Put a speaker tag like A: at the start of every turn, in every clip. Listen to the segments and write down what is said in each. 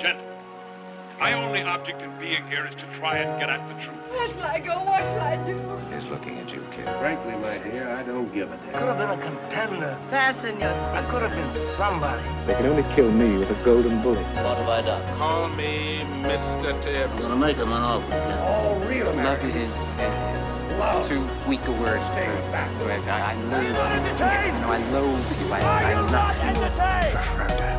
A: Gentlemen, my only object in being here is to try and get at the truth.
B: Where shall I go? What shall I do?
C: He's looking at you, kid.
D: Frankly, my dear, I don't give a damn.
E: Could have been a contender.
B: Fasten your
E: I could have been somebody.
F: They can only kill me with a golden bullet.
G: What have I done?
D: Call me Mr.
G: I'm
D: Tibbs.
G: gonna make him an offer.
H: All real
F: Love is, is too weak a word for for- I, I loathe you. No, I loathe you. I, I love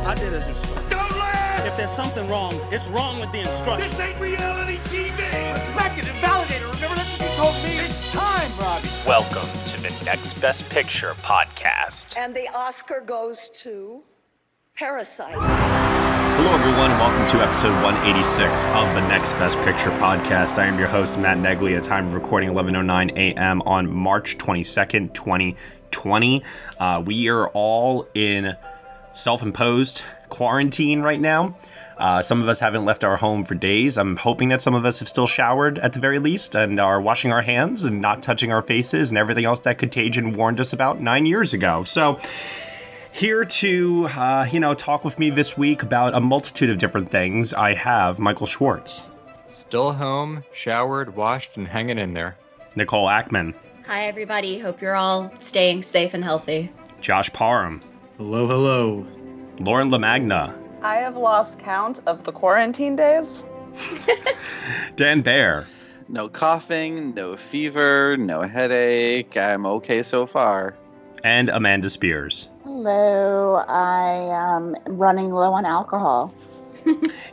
F: you.
E: I did as instructed. Don't laugh! If there's something wrong, it's wrong with the instruction. This ain't reality TV! Respect it and validate it. Remember that's what you told me. It's time, Robbie.
I: Welcome to the Next Best Picture podcast.
B: And the Oscar goes to Parasite.
I: Hello, everyone. Welcome to episode 186 of the Next Best Picture podcast. I am your host, Matt Negley, at time of recording 11.09 a.m. on March 22nd, 2020. Uh, we are all in self-imposed quarantine right now. Uh, some of us haven't left our home for days. I'm hoping that some of us have still showered at the very least and are washing our hands and not touching our faces and everything else that contagion warned us about nine years ago. So, here to uh, you know talk with me this week about a multitude of different things. I have Michael Schwartz,
C: Still home, showered, washed, and hanging in there.
I: Nicole Ackman,
B: Hi, everybody. Hope you're all staying safe and healthy.
I: Josh Parham,
E: Hello, hello.
I: Lauren Lamagna,
B: I have lost count of the quarantine days.
I: Dan Baer,
G: No coughing, no fever, no headache. I'm okay so far.
I: and Amanda Spears.
B: Hello. I am running low on alcohol.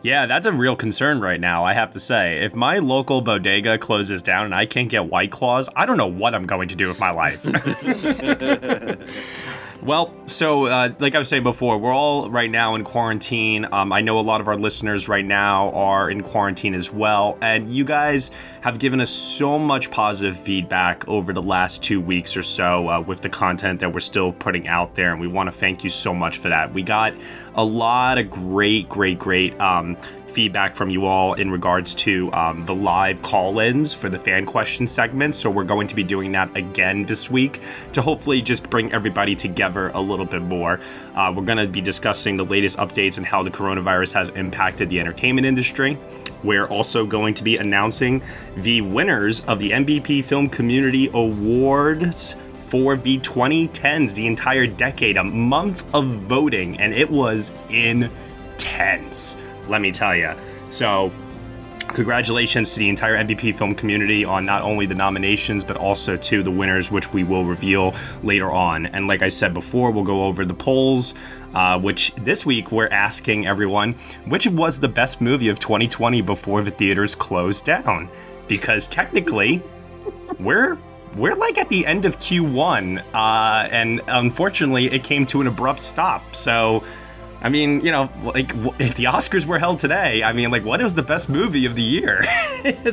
I: Yeah, that's a real concern right now, I have to say. If my local bodega closes down and I can't get White Claws, I don't know what I'm going to do with my life. well, so uh, like I was saying before, we're all right now in quarantine. Um, I know a lot of our listeners right now are in quarantine as well. And you guys have given us so much positive feedback over the last two weeks or so uh, with the content that we're still putting out there. And we want to thank you so much for that. We got a lot of great, great, great um, feedback from you all in regards to um, the live call ins for the fan question segment. So we're going to be doing that again this week to hopefully just bring everybody together a little bit more. Uh, we're going to be discussing the latest updates and how the coronavirus has impacted the entertainment industry. We're also going to be announcing the winners of the MVP Film Community Awards for the 2010s, the entire decade, a month of voting, and it was intense, let me tell you. So, congratulations to the entire MVP film community on not only the nominations, but also to the winners, which we will reveal later on. And like I said before, we'll go over the polls, uh, which this week we're asking everyone which was the best movie of 2020 before the theaters closed down? Because technically, we're we're like at the end of Q1, uh, and unfortunately, it came to an abrupt stop. So, I mean, you know, like w- if the Oscars were held today, I mean, like what is the best movie of the year?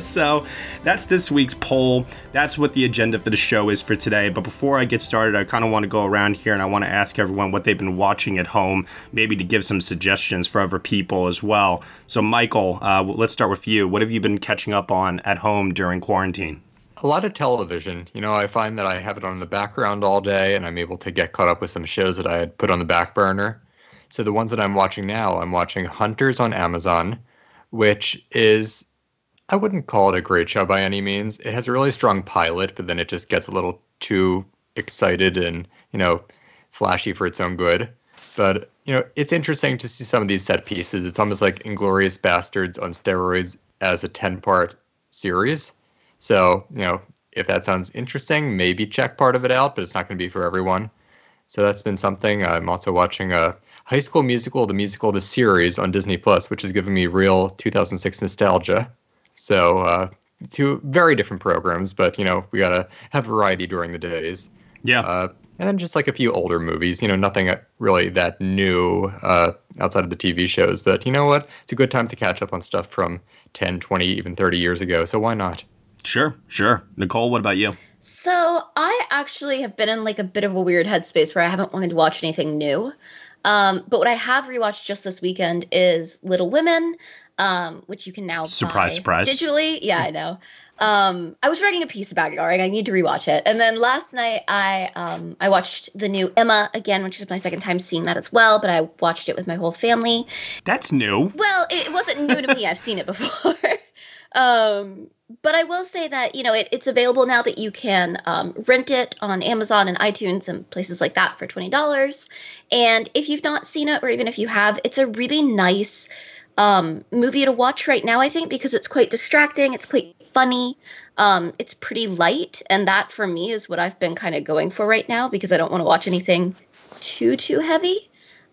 I: so, that's this week's poll. That's what the agenda for the show is for today. But before I get started, I kind of want to go around here and I want to ask everyone what they've been watching at home, maybe to give some suggestions for other people as well. So, Michael, uh, w- let's start with you. What have you been catching up on at home during quarantine?
C: A lot of television. You know, I find that I have it on the background all day and I'm able to get caught up with some shows that I had put on the back burner. So the ones that I'm watching now, I'm watching Hunters on Amazon, which is, I wouldn't call it a great show by any means. It has a really strong pilot, but then it just gets a little too excited and, you know, flashy for its own good. But, you know, it's interesting to see some of these set pieces. It's almost like Inglorious Bastards on steroids as a 10 part series. So, you know, if that sounds interesting, maybe check part of it out, but it's not going to be for everyone. So that's been something. I'm also watching a High School Musical, the musical, the series on Disney Plus, which is giving me real 2006 nostalgia. So uh, two very different programs, but you know we gotta have variety during the days.
I: Yeah.
C: Uh, and then just like a few older movies, you know, nothing uh, really that new uh, outside of the TV shows. But you know what? It's a good time to catch up on stuff from 10, 20, even 30 years ago. So why not?
I: Sure, sure. Nicole, what about you?
B: So I actually have been in like a bit of a weird headspace where I haven't wanted to watch anything new. Um, but what I have rewatched just this weekend is Little Women, um, which you can now
I: Surprise,
B: buy
I: surprise.
B: digitally. Yeah, I know. Um, I was writing a piece about Yorick. I need to rewatch it. And then last night, I um, I watched the new Emma again, which is my second time seeing that as well. But I watched it with my whole family.
I: That's new.
B: Well, it, it wasn't new to me. I've seen it before. um, but I will say that you know it, it's available now that you can um, rent it on Amazon and iTunes and places like that for twenty dollars. And if you've not seen it, or even if you have, it's a really nice um, movie to watch right now. I think because it's quite distracting, it's quite funny, um, it's pretty light, and that for me is what I've been kind of going for right now because I don't want to watch anything too too heavy.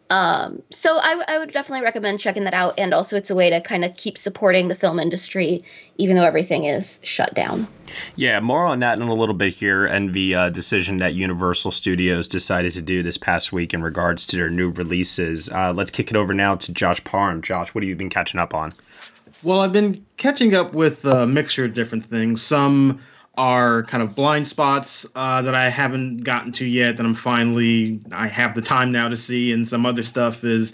B: Um, so I, w- I would definitely recommend checking that out, and also it's a way to kind of keep supporting the film industry, even though everything is shut down.
I: Yeah, more on that in a little bit here, and the uh, decision that Universal Studios decided to do this past week in regards to their new releases. Uh, let's kick it over now to Josh Parham. Josh, what have you been catching up on?
J: Well, I've been catching up with a mixture of different things. Some are kind of blind spots uh, that I haven't gotten to yet that I'm finally I have the time now to see, and some other stuff is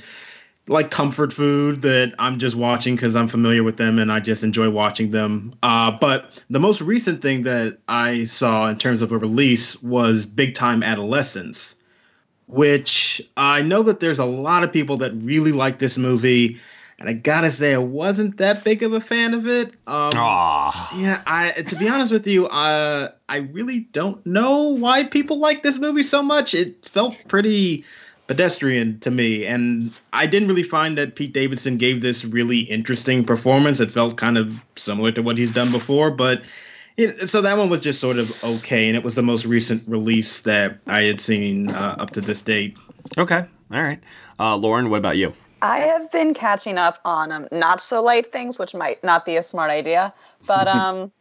J: like comfort food that I'm just watching because I'm familiar with them and I just enjoy watching them. Uh, but the most recent thing that I saw in terms of a release was Big Time Adolescence, which I know that there's a lot of people that really like this movie. And I gotta say, I wasn't that big of a fan of it. Um,
I: Aw.
J: yeah, I to be honest with you, uh, I really don't know why people like this movie so much. It felt pretty pedestrian to me, and I didn't really find that Pete Davidson gave this really interesting performance. It felt kind of similar to what he's done before, but it, so that one was just sort of okay, and it was the most recent release that I had seen uh, up to this date.
I: Okay, all right. Uh, Lauren, what about you?
K: I have been catching up on um, not so light things, which might not be a smart idea, but um,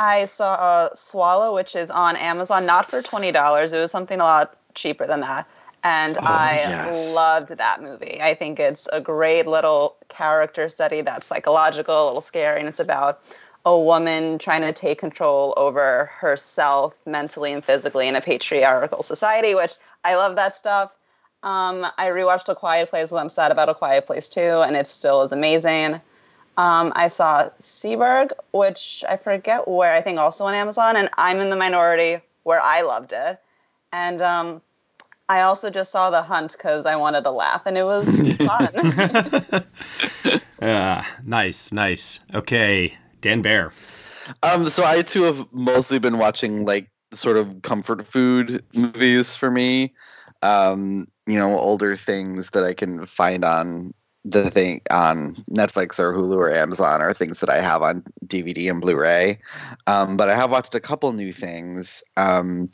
K: I saw uh, Swallow, which is on Amazon, not for twenty dollars. It was something a lot cheaper than that, and I
H: yes.
K: loved that movie. I think it's a great little character study that's psychological, a little scary, and it's about a woman trying to take control over herself mentally and physically in a patriarchal society. Which I love that stuff. Um, I rewatched A Quiet Place. 'cause I'm sad about A Quiet Place too, and it still is amazing. Um, I saw Seaberg, which I forget where. I think also on Amazon, and I'm in the minority where I loved it. And um, I also just saw The Hunt because I wanted to laugh, and it was fun.
I: Uh, nice, nice. Okay, Dan Bear.
G: Um, so I too have mostly been watching like sort of comfort food movies for me. Um, you know, older things that I can find on the thing on Netflix or Hulu or Amazon or things that I have on DVD and Blu-ray. Um, but I have watched a couple new things. Um,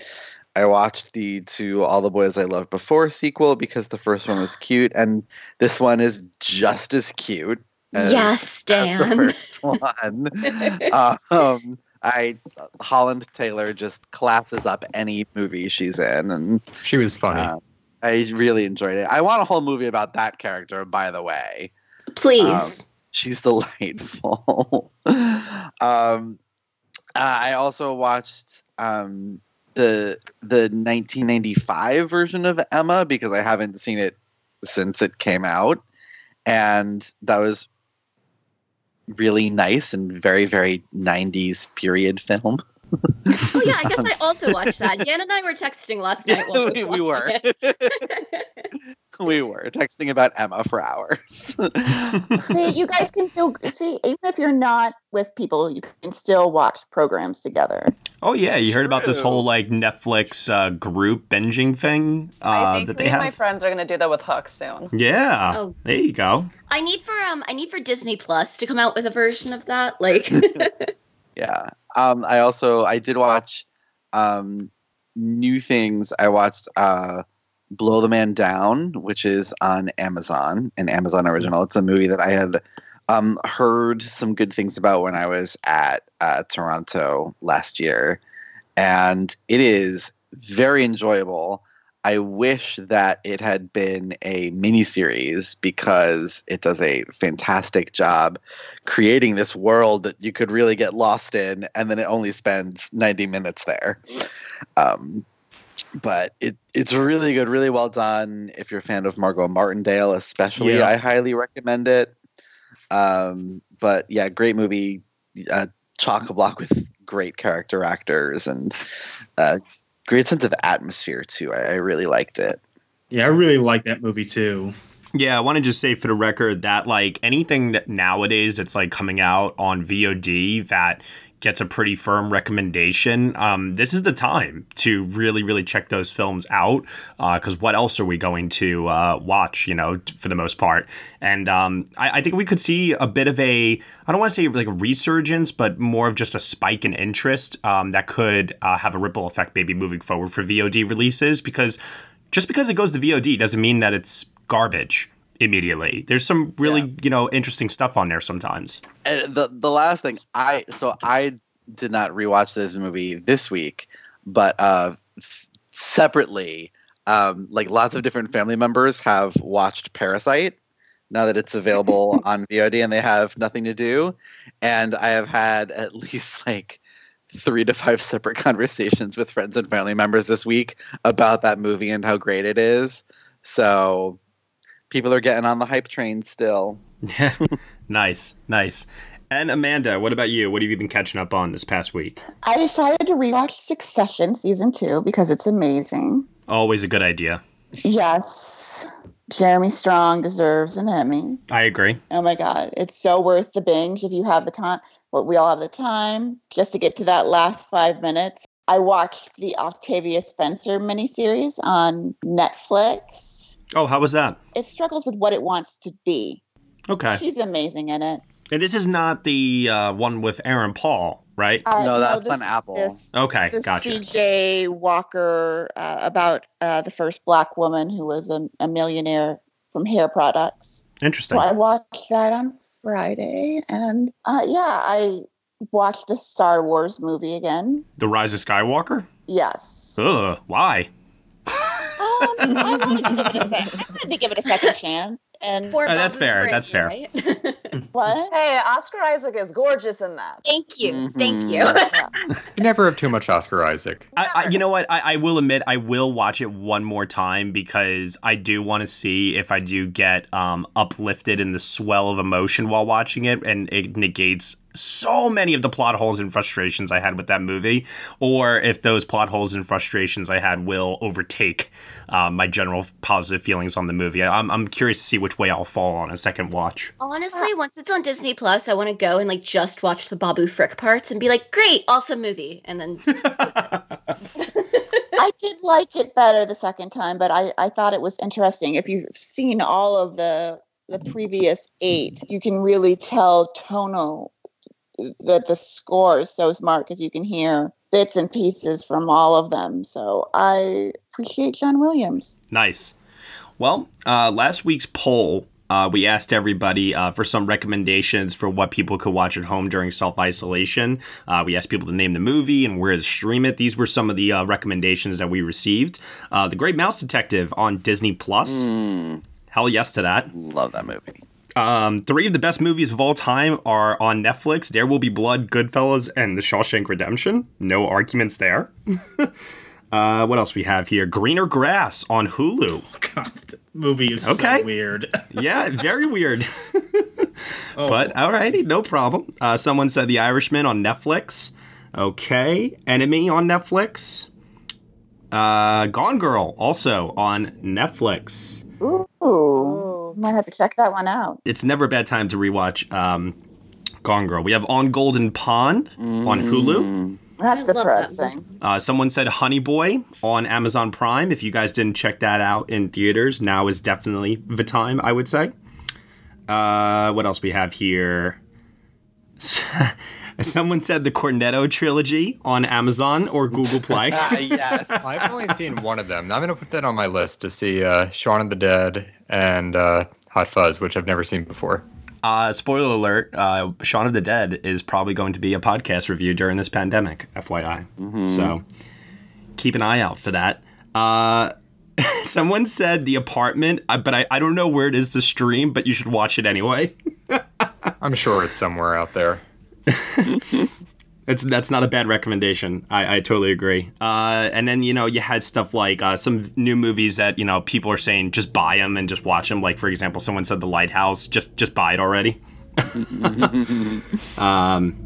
G: I watched the to All the Boys I Loved Before sequel because the first one was cute and this one is just as cute. as-
B: yes,
G: as the
B: Dan.
G: first one. Uh, um, I Holland Taylor just classes up any movie she's in, and um,
C: she was funny.
G: I really enjoyed it. I want a whole movie about that character, by the way.
B: Please.
G: Um, she's delightful. um, I also watched um, the the 1995 version of Emma because I haven't seen it since it came out, and that was really nice and very very 90s period film.
B: oh yeah, I guess I also watched that. Jan and I were texting last night. While
G: we,
B: we,
G: we
B: were.
G: were.
B: watching it.
G: we were texting about Emma for hours.
H: see, you guys can still see even if you're not with people, you can still watch programs together.
I: Oh yeah, you heard about this
H: True.
I: whole like Netflix uh, group binging thing uh,
K: I think
I: that
K: me
I: they
K: and my
I: have.
K: friends are gonna do that with Hook soon.
I: Yeah,
B: Oh.
I: there you go.
B: I need for um I need for Disney Plus to come out with a version of that. Like
G: yeah. Um, I also I did watch um, new things. I watched uh, Blow the Man Down, which is on Amazon, an Amazon original. It's a movie that I had um, heard some good things about when I was at uh, Toronto last year, and it is very enjoyable. I wish that it had been a miniseries because it does a fantastic job creating this world that you could really get lost in, and then it only spends 90 minutes there. Um, but it it's really good, really well done. If you're a fan of Margot Martindale, especially,
J: Yeah.
G: I highly recommend it. Um, but yeah, great movie, uh, chock a block with great character actors and uh, great sense of atmosphere too. I, I really liked it.
J: Yeah, I really like that movie too.
I: Yeah, I want to just say for the record that like anything that nowadays that's like coming out on VOD that gets a pretty firm recommendation, um, this is the time to really, really check those films out. Because what else are we going to uh, watch, you know, t- for the most part? And um, I, I think we could see a bit of a, I don't want to say like a resurgence, but more of just a spike in interest um, that could uh, have a ripple effect maybe moving forward for VOD releases. Because just because it goes to VOD doesn't mean that it's garbage immediately. There's some really, you know, interesting stuff on there sometimes.
G: And the the last thing I so I did not rewatch this movie this week, but uh, f- separately, um, like lots of different family members have watched Parasite now that it's available on VOD and they have nothing to do, and I have had at least like three to five separate conversations with friends and family members this week about that movie and how great it is. So people are getting on the hype train still.
I: Yeah. nice, nice. And Amanda, what about you? What have you been catching up on this past week?
H: I decided to rewatch Succession season two because it's amazing.
I: Always a good idea.
H: Yes, Jeremy Strong deserves an Emmy.
I: I agree.
H: Oh my God, it's so worth the binge if you have the time. What we all have the time just to get to that last five minutes. I watched the Octavia Spencer miniseries on Netflix.
I: Oh, how was that?
H: It struggles with what it wants to be.
I: Okay.
H: She's amazing in it.
I: And this is not the uh, one with Aaron Paul, right?
H: Uh, No, no, that's this on is Apple. this-
I: okay,
H: the
I: gotcha.
H: CJ Walker uh, about uh, the first black woman who was a, a millionaire from hair products.
I: Interesting.
H: So I watched that on Friday, and uh, yeah, I watched the Star Wars movie again.
I: the Rise of Skywalker?
H: Yes,
I: Ugh, why?
H: Um, I wanted to give it a sec- I wanted to give it a second chance. And
I: Uh, that's fair. That's fair.
H: What?
K: Hey, Oscar Isaac is gorgeous in that.
B: Thank you. Thank
I: you.
C: You never have too much Oscar Isaac.
I: I, I, you know what? I, I will admit I will watch it one more time because I do want to see if I do get um, uplifted in the swell of emotion while watching it, and it negates so many of the plot holes and frustrations I had with that movie, or if those plot holes and frustrations I had will overtake um, my general positive feelings on the movie. I- I'm, I'm curious to see which way I'll fall on a second watch.
B: Honestly, once it's on Disney Plus, I want to go and like just watch the Babu Frick parts and be like, "Great, awesome movie," and then
H: I did like it better the second time, but I, I thought it was interesting. If you've seen all of the the previous eight, you can really tell Tono that the score is so smart because you can hear bits and pieces from all of them. So I appreciate John Williams.
I: Nice. Well, uh, last week's poll, uh, we asked everybody uh, for some recommendations for what people could watch at home during self isolation. Uh, we asked people to name the movie and where to stream it. These were some of the uh, recommendations that we received. Uh, the Great Mouse Detective on Disney Plus. Hell yes to that.
G: Hmm. Love that movie.
I: Um, three of the best movies of all time are on Netflix: There Will Be Blood, Goodfellas, and The Shawshank Redemption. No arguments there. uh, what else we have here? Greener Grass on Hulu.
J: Oh, God, the movie is
I: Okay.
J: so weird.
I: yeah, very weird. But
J: Oh.
I: alrighty, no problem. Uh, someone said The Irishman on Netflix. Okay, Enemy on Netflix. Uh, Gone Girl also on Netflix.
H: Ooh, might have to check that one out.
I: It's never a bad time to rewatch um, Gone Girl. We have On Golden Pond on Hulu.
H: That's depressing.
I: Uh, someone said Honey Boy on Amazon Prime. If you guys didn't check that out in theaters, now is definitely the time, I would say. Uh, what else we have here? Someone said the Cornetto trilogy on Amazon or Google Play.
G: yes.
C: I've only seen one of them. I'm going to put that on my list to see uh, Shaun of the Dead and uh, Hot Fuzz, which I've never seen before.
I: Uh, spoiler alert: uh, Shaun of the Dead is probably going to be a podcast review during this pandemic, FYI. So keep an eye out for that. Uh, someone said The Apartment, uh, but I, I don't know where it is to stream, but you should watch it anyway.
C: I'm sure it's somewhere out there.
I: That's that's not a bad recommendation. I, I totally agree. Uh, and then you know you had stuff like uh, some new movies that you know people are saying just buy them and just watch them. Like for example, someone said The Lighthouse. Just just buy it already. um,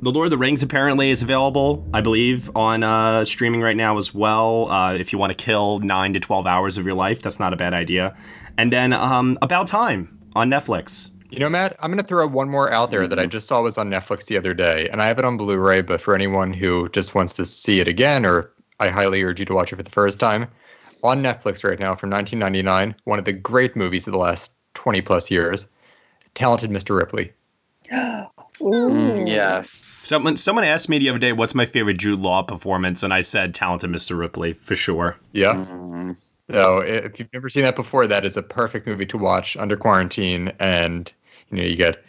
I: The Lord of the Rings apparently is available, I believe, on uh, streaming right now as well. Uh, if you want to kill nine to twelve hours of your life, that's not a bad idea. And then um, About Time on Netflix.
C: You know, Matt, I'm going to throw one more out there that I just saw was on Netflix the other day, and I have it on Blu ray, but for anyone who just wants to see it again, or I highly urge you to watch it for the first time, on Netflix right now from 1999, one of the great movies of the last 20 plus years, Talented Mr. Ripley.
I: Mm,
G: yes.
I: Someone someone asked me the other day, "What's my favorite Jude Law performance?" And I said, "Talented Mr. Ripley for sure."
C: Yeah. So if you've never seen that before, that is a perfect movie to watch under quarantine. And you know, you get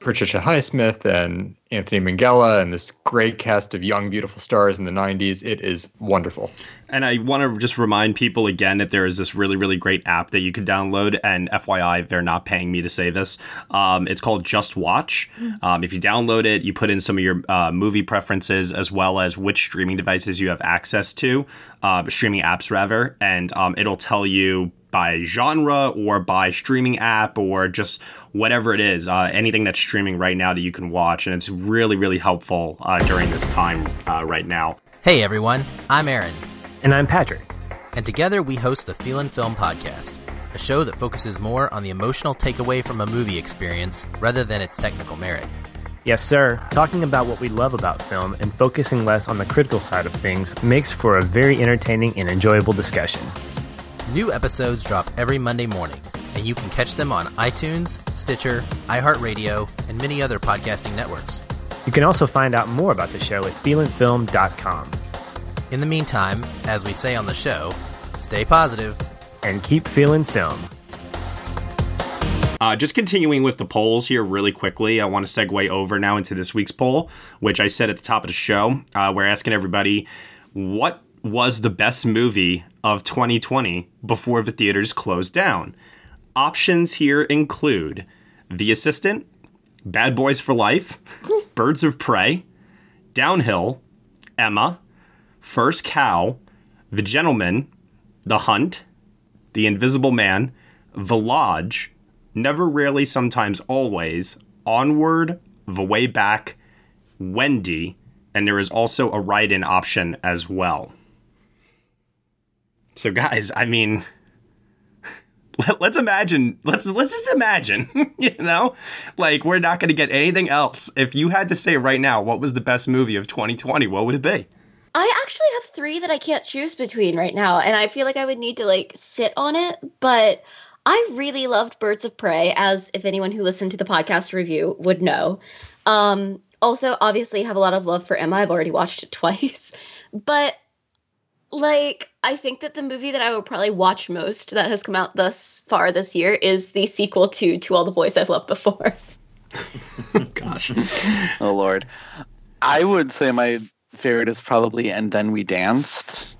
C: Patricia Highsmith and Anthony Minghella and this great cast of young, beautiful stars in the '90s. It is wonderful.
I: And I want to just remind people again that there is this really, really great app that you can download. And FYI, they're not paying me to say this. Um, it's called Just Watch. Um, if you download it, you put in some of your uh, movie preferences as well as which streaming devices you have access to, uh, streaming apps rather, and um, it'll tell you by genre or by streaming app or just whatever it is, uh, anything that's streaming right now that you can watch. And it's really, really helpful uh, during this time uh, right now.
L: Hey everyone, I'm Aaron.
M: And I'm Patrick.
L: And together we host the Feel and Film podcast, a show that focuses more on the emotional takeaway from a movie experience rather than its technical merit.
M: Yes, sir. Talking about what we love about film and focusing less on the critical side of things makes for a very entertaining and enjoyable discussion.
L: New episodes drop every Monday morning, and you can catch them on iTunes, Stitcher, iHeartRadio, and many other podcasting networks.
M: You can also find out more about the show at feelingfilm.com
L: In the meantime, as we say on the show, stay positive.
M: and keep feeling film.
I: Uh, just continuing with the polls here really quickly, I want to segue over now into this week's poll, which I said at the top of the show. Uh, we're asking everybody what was the best movie of 2020 before the theaters closed down? Options here include The Assistant, Bad Boys for Life, Birds of Prey, Downhill, Emma, First Cow, The Gentleman, The Hunt, the Invisible Man, The Lodge, Never Rarely Sometimes Always, Onward, The Way Back, Wendy, and there is also a write in option as well. So, guys, I mean, let, us imagine, let's, let's just imagine, you know, like we're not going to get anything else. If you had to say right now, what was the best movie of 2020, what would it be?
B: I actually have three that I can't choose between right now, and I feel like I would need to like sit on it. But I really loved Birds of Prey, as if anyone who listened to the podcast review would know. Um, also, obviously, have a lot of love for Emma. I've already watched it twice, but like I think that the movie that I would probably watch most that has come out thus far this year is the sequel to To All the Boys I've Loved Before.
I: Gosh.
G: oh Lord. I would say my favorite is probably And Then We Danced.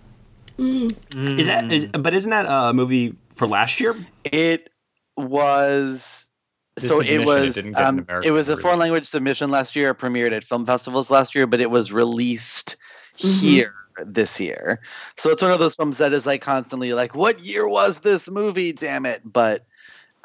I: Is that, is, but isn't that a movie for last year?
G: Mm. It was
I: The
G: so it
I: submission, it
G: was
I: didn't get an
G: um,
I: American
G: it was a foreign language submission last year, premiered at film festivals last year, but it was released here this year. So it's one of those films that is like constantly like, what year was this movie? Damn it! But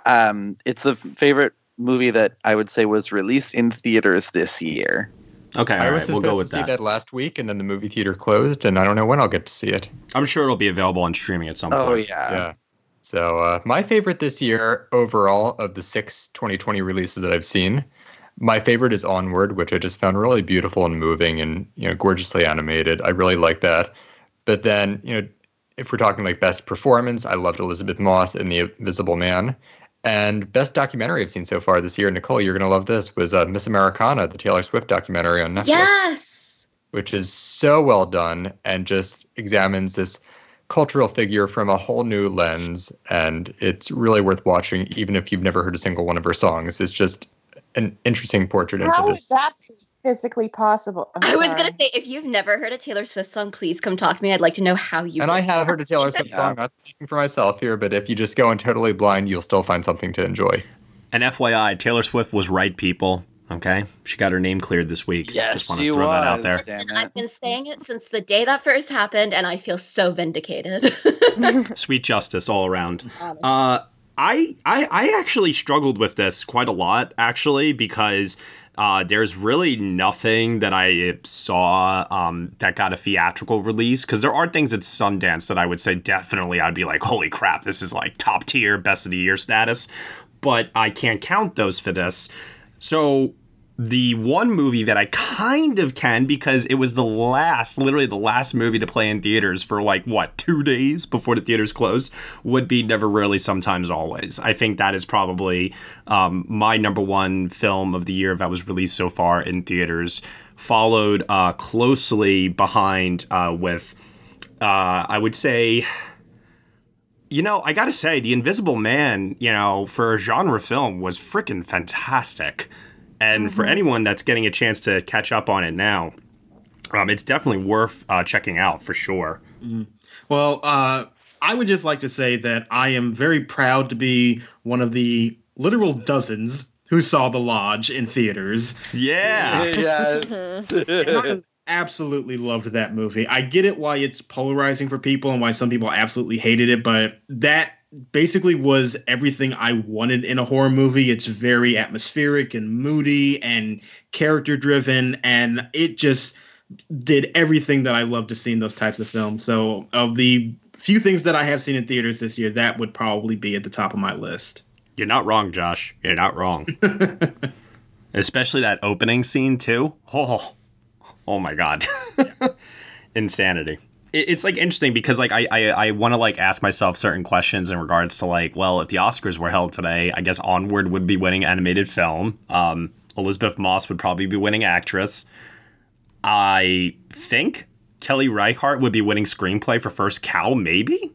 G: um, it's the favorite movie that I would say was released in theaters this year.
I: Okay,
C: I was supposed to see that last week, and then the movie theater closed, and I don't know when I'll get to see it.
I: I'm sure it'll be available on streaming at some
C: Oh,
I: point.
G: yeah.
C: Yeah. So uh, my favorite this year overall of the six 2020 releases that I've seen, my favorite is Onward, which I just found really beautiful and moving and you know gorgeously animated. I really like that. But then you know, if we're talking like best performance, I loved Elizabeth Moss in The Invisible Man. And best documentary I've seen so far this year, Nicole, you're gonna love this. Was uh, Miss Americana, the Taylor Swift documentary on Netflix
B: Yes.
C: which is so well done and just examines this cultural figure from a whole new lens. And it's really worth watching, even if you've never heard a single one of her songs. It's just an interesting portrait into
H: How is
C: this.
H: that physically possible? I'm
B: I was
H: sorry.
B: gonna say, if you've never heard a Taylor Swift song, please come talk to me. I'd like to know how you.
C: And I have heard a Taylor Swift song, not speaking for myself here, but if you just go in totally blind, you'll still find something to enjoy.
I: And FYI, Taylor Swift was right, people. Okay, she got her name cleared this week.
G: Yes,
I: just want
G: she
I: to throw that out
G: was,
I: there.
B: I've been saying it since the day that first happened, and I feel so vindicated.
I: Sweet justice all around. Uh, I, I I actually struggled with this quite a lot actually because uh, there's really nothing that I saw um, that got a theatrical release because there are things at Sundance that I would say definitely I'd be like holy crap this is like top tier best of the year status but I can't count those for this so the one movie that I kind of can because it was the last, literally the last movie to play in theaters for like what two days before the theaters closed would be Never Rarely, Sometimes Always. I think that is probably um, my number one film of the year that was released so far in theaters, followed uh, closely behind uh, with uh, I would say you know, I gotta say, The Invisible Man, you know, for a genre film was freaking fantastic. And for anyone that's getting a chance to catch up on it now, um, it's definitely worth uh, checking out for sure.
J: Mm. Well, uh, I would just like to say that I am very proud to be one of the literal dozens who saw The Lodge in theaters.
I: Yeah.
J: And I absolutely loved that movie. I get it why it's polarizing for people and why some people absolutely hated it, but that basically was everything I wanted in a horror movie. It's very atmospheric and moody and character driven, and it just did everything that I love to see in those types of films. So, of the few things that I have seen in theaters this year, that would probably be at the top of my list.
I: You're not wrong, Josh. You're not wrong. Especially that opening scene too. Oh, oh my god, insanity. It- It's like interesting because like I I, I want to like ask myself certain questions in regards to like well if the Oscars were held today I guess Onward would be winning animated film. Um, Elizabeth Moss would probably be winning actress. I think Kelly Reichardt would be winning screenplay for first cow maybe.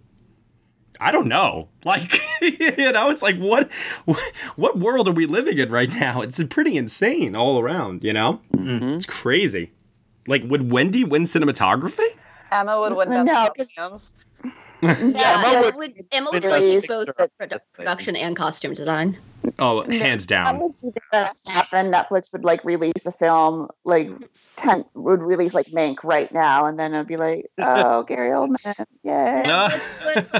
I: I don't know. Like, you know, it's like what, what world are we living in right now? It's pretty insane all around. You know, it's crazy. Like, would Wendy win cinematography?
K: Emma would win
H: No,
K: Best
H: 'cause-
K: Costumes.
B: Yeah,
H: Emma
B: Emma
H: would-
B: would, Emma would
H: Really
B: win both produ- production and costume design.
I: Oh, hands down.
H: that happen, Netflix would like release a film, like ten, would release like Mank right now, and then it'd be like, oh, Gary Oldman, yay!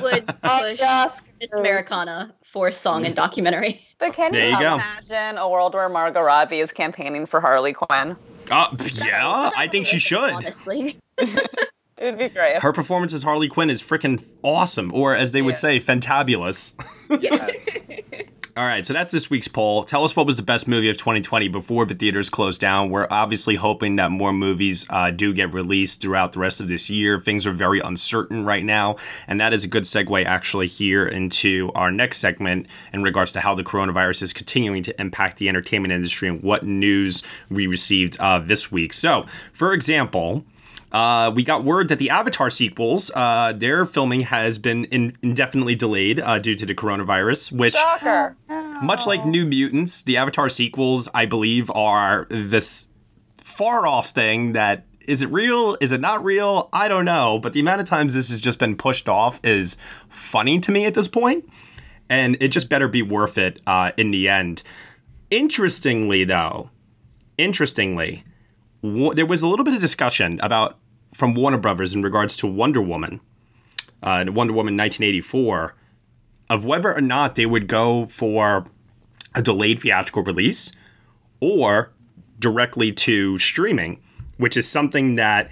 B: Would, would push Miss Americana for song and documentary.
K: But can
I: There
K: you,
I: you go.
K: imagine a world where Margot Robbie is campaigning for Harley Quinn?
I: Uh, yeah, I think she should.
B: Honestly,
K: It would be great.
I: Her performance as Harley Quinn is freaking awesome, or as they would say, fantabulous. All right, so that's this week's poll. Tell us what was the best movie of 2020 before the theaters closed down. We're obviously hoping that more movies uh, do get released throughout the rest of this year. Things are very uncertain right now, and that is a good segue actually here into our next segment in regards to how the coronavirus is continuing to impact the entertainment industry and what news we received uh, this week. So, for example, uh, we got word that the Avatar sequels, uh, their filming has been in- indefinitely delayed uh, due to the coronavirus, which,
K: Shocker.
I: much like New Mutants, the Avatar sequels, I believe, are this far off thing that is it real? Is it not real? I don't know. But the amount of times this has just been pushed off is funny to me at this point, and it just better be worth it uh, in the end. Interestingly, though, interestingly, wa- there was a little bit of discussion about from Warner Brothers in regards to Wonder Woman, uh, Wonder Woman 1984, of whether or not they would go for a delayed theatrical release or directly to streaming, which is something that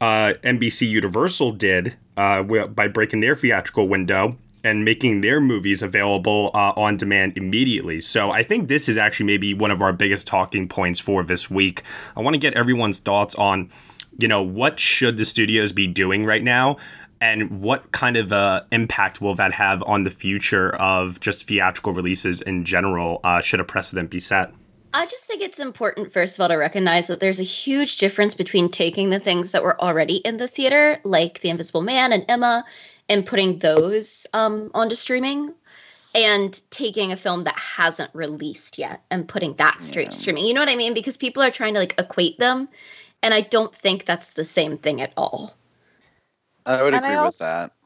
I: uh, NBC Universal did uh, wi- by breaking their theatrical window and making their movies available uh, on demand immediately. So I think this is actually maybe one of our biggest talking points for this week. I want to get everyone's thoughts on, you know, what should the studios be doing right now? And what kind of uh, impact will that have on the future of just theatrical releases in general? Uh, should a precedent be set?
B: I just think it's important, first of all, to recognize that there's a huge difference between taking the things that were already in the theater, like The Invisible Man and Emma, and putting those um, onto streaming, and taking a film that hasn't released yet and putting that straight to streaming. You know what I mean? Because people are trying to like equate them, and I don't think that's the same thing at all.
G: I would
K: And
G: agree
K: I
G: with
K: also-
G: that.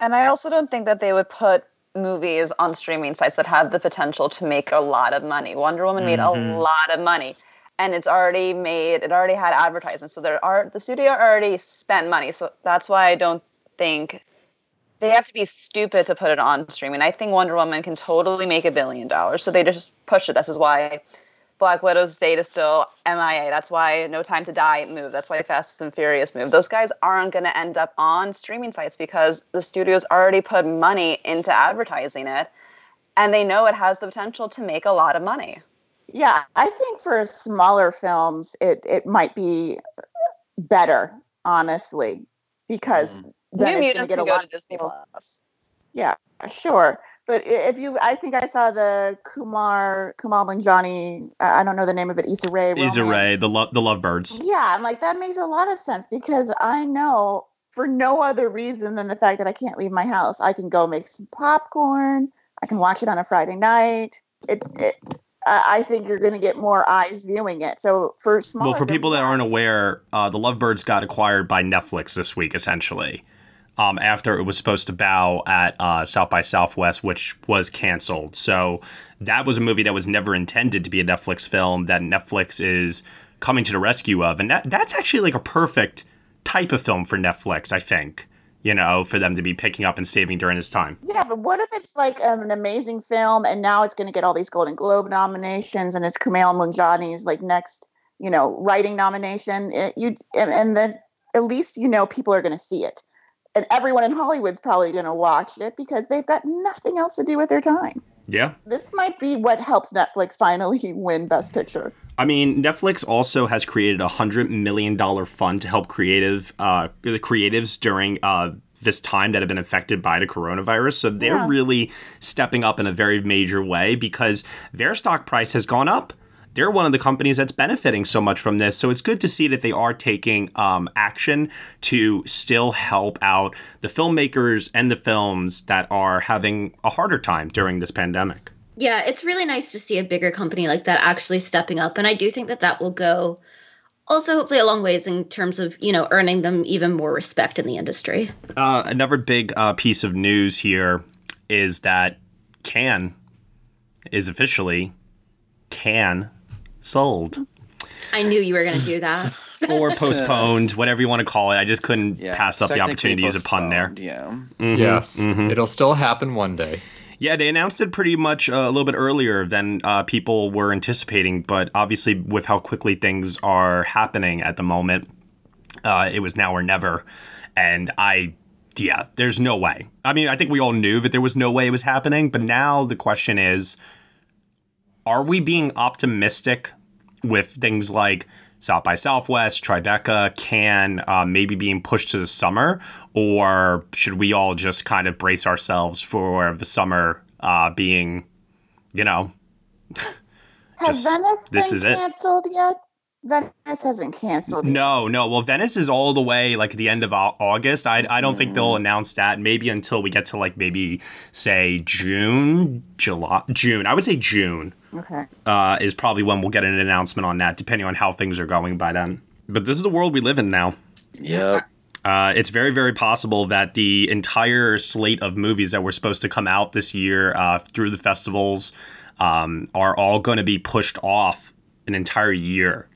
K: And I also don't think that they would put movies on streaming sites that have the potential to make a lot of money. Wonder Woman made
J: Mhm.
K: a lot of money. And it's already made it already had advertisements. So there are the studio already spent money. So that's why I don't think They have to be stupid to put it on streaming. I think Wonder Woman can totally make a billion dollars, so they just push it. This is why Black Widow's date is still MIA. That's why No Time to Die moved. That's why Fast and Furious moved. Those guys aren't going to end up on streaming sites because the studios already put money into advertising it, and they know it has the potential to make a lot of money.
H: Yeah, I think for smaller films, it it might be better, honestly, because
I: Hmm.
H: then
K: New
H: it's gonna
K: Mutants
H: get a
K: can go
H: lot
K: to Disney Plus.
H: Yeah, sure. But i- if you, I think I saw the Kumar Kumal Manjani. I I don't know the name of it. Issa Rae.
I: Issa
H: romance.
I: Rae, the lo- the Lovebirds.
H: Yeah, I'm like that makes a lot of sense because I know for no other reason than the fact that I can't leave my house. I can go make some popcorn. I can watch it on a Friday night. It's it. I I think you're going to get more eyes viewing it. So for smaller,
I: Well, for people that aren't aware, uh, the Lovebirds got acquired by Netflix this week, essentially, um, after it was supposed to bow at uh, South by Southwest, which was canceled. So that was a movie that was never intended to be a Netflix film that Netflix is coming to the rescue of, and that that's actually like a perfect type of film for Netflix, I think. You know, for them to be picking up and saving during this time.
H: yeah, but what if it's like um, an amazing film and now it's going to get all these Golden Globe nominations and it's Kumail Munjani's like next, you know, writing nomination. It, you and, and then at least you know people are going to see it, and everyone in Hollywood's probably going to watch it because they've got nothing else to do with their time.
I: Yeah.
H: This might be what helps Netflix finally win Best Picture.
I: I mean, Netflix also has created a hundred million dollar fund to help creative uh, the creatives during uh, this time that have been affected by the coronavirus. So they're
N: Yeah.
I: really stepping up in a very major way because their stock price has gone up. They're one of the companies that's benefiting so much from this. So it's good to see that they are taking um, action to still help out the filmmakers and the films that are having a harder time during this pandemic.
B: Yeah, it's really nice to see a bigger company like that actually stepping up. And I do think that that will go also hopefully a long ways in terms of, you know, earning them even more respect in the industry.
I: Uh, another big uh, piece of news here is that Can is officially Can sold
B: I knew you were going to do that.
I: or postponed, whatever you want to call it. I just couldn't pass up the
B: technically
I: opportunity to use a pun there. Yeah.
C: Yes,
I: It'll still happen one day. Yeah, they announced it pretty much uh, a little bit earlier than uh, people were anticipating, but obviously, with how quickly things are happening at the moment, uh, it was now or never. And I, yeah, there's no way. I mean, I think we all knew that there was no way it was happening, but now the question is are we being optimistic with things like South by Southwest, Tribeca, can uh, maybe being pushed to the summer, or should we all just kind of brace ourselves for the summer uh, being, you know,
H: Has
I: Just-
H: Venice
I: this
H: been
I: is it.
H: canceled yet? Venice hasn't canceled.
I: No, no. Well, Venice is all the way like at the end of Au- August. I, I don't think they'll announce that maybe until we get to like maybe say June, July, June. I would say June
H: Okay.
I: uh, is probably when we'll get an announcement on that, depending on how things are going by then. But this is the world we live in now.
G: Yep.
I: Uh, it's very, very possible that the entire slate of movies that were supposed to come out this year uh, through the festivals um, are all going to be pushed off an entire year,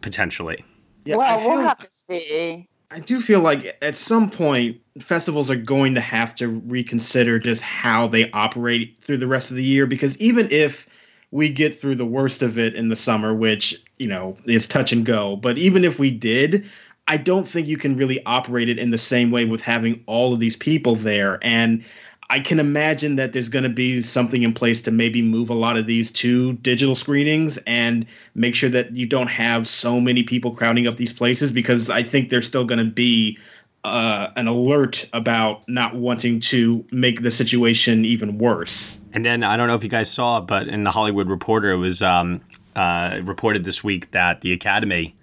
I: potentially.
H: well, we'll have to see.
J: I do feel like at some point festivals are going to have to reconsider just how they operate through the rest of the year because even if we get through the worst of it in the summer, which, you know, is touch and go, but even if we did, I don't think you can really operate it in the same way with having all of these people there and I can imagine that there's going to be something in place to maybe move a lot of these to digital screenings and make sure that you don't have so many people crowding up these places because I think there's still going to be uh, an alert about not wanting to make the situation even worse.
I: And then I don't know if you guys saw, but in the Hollywood Reporter, it was um, uh, reported this week that the Academy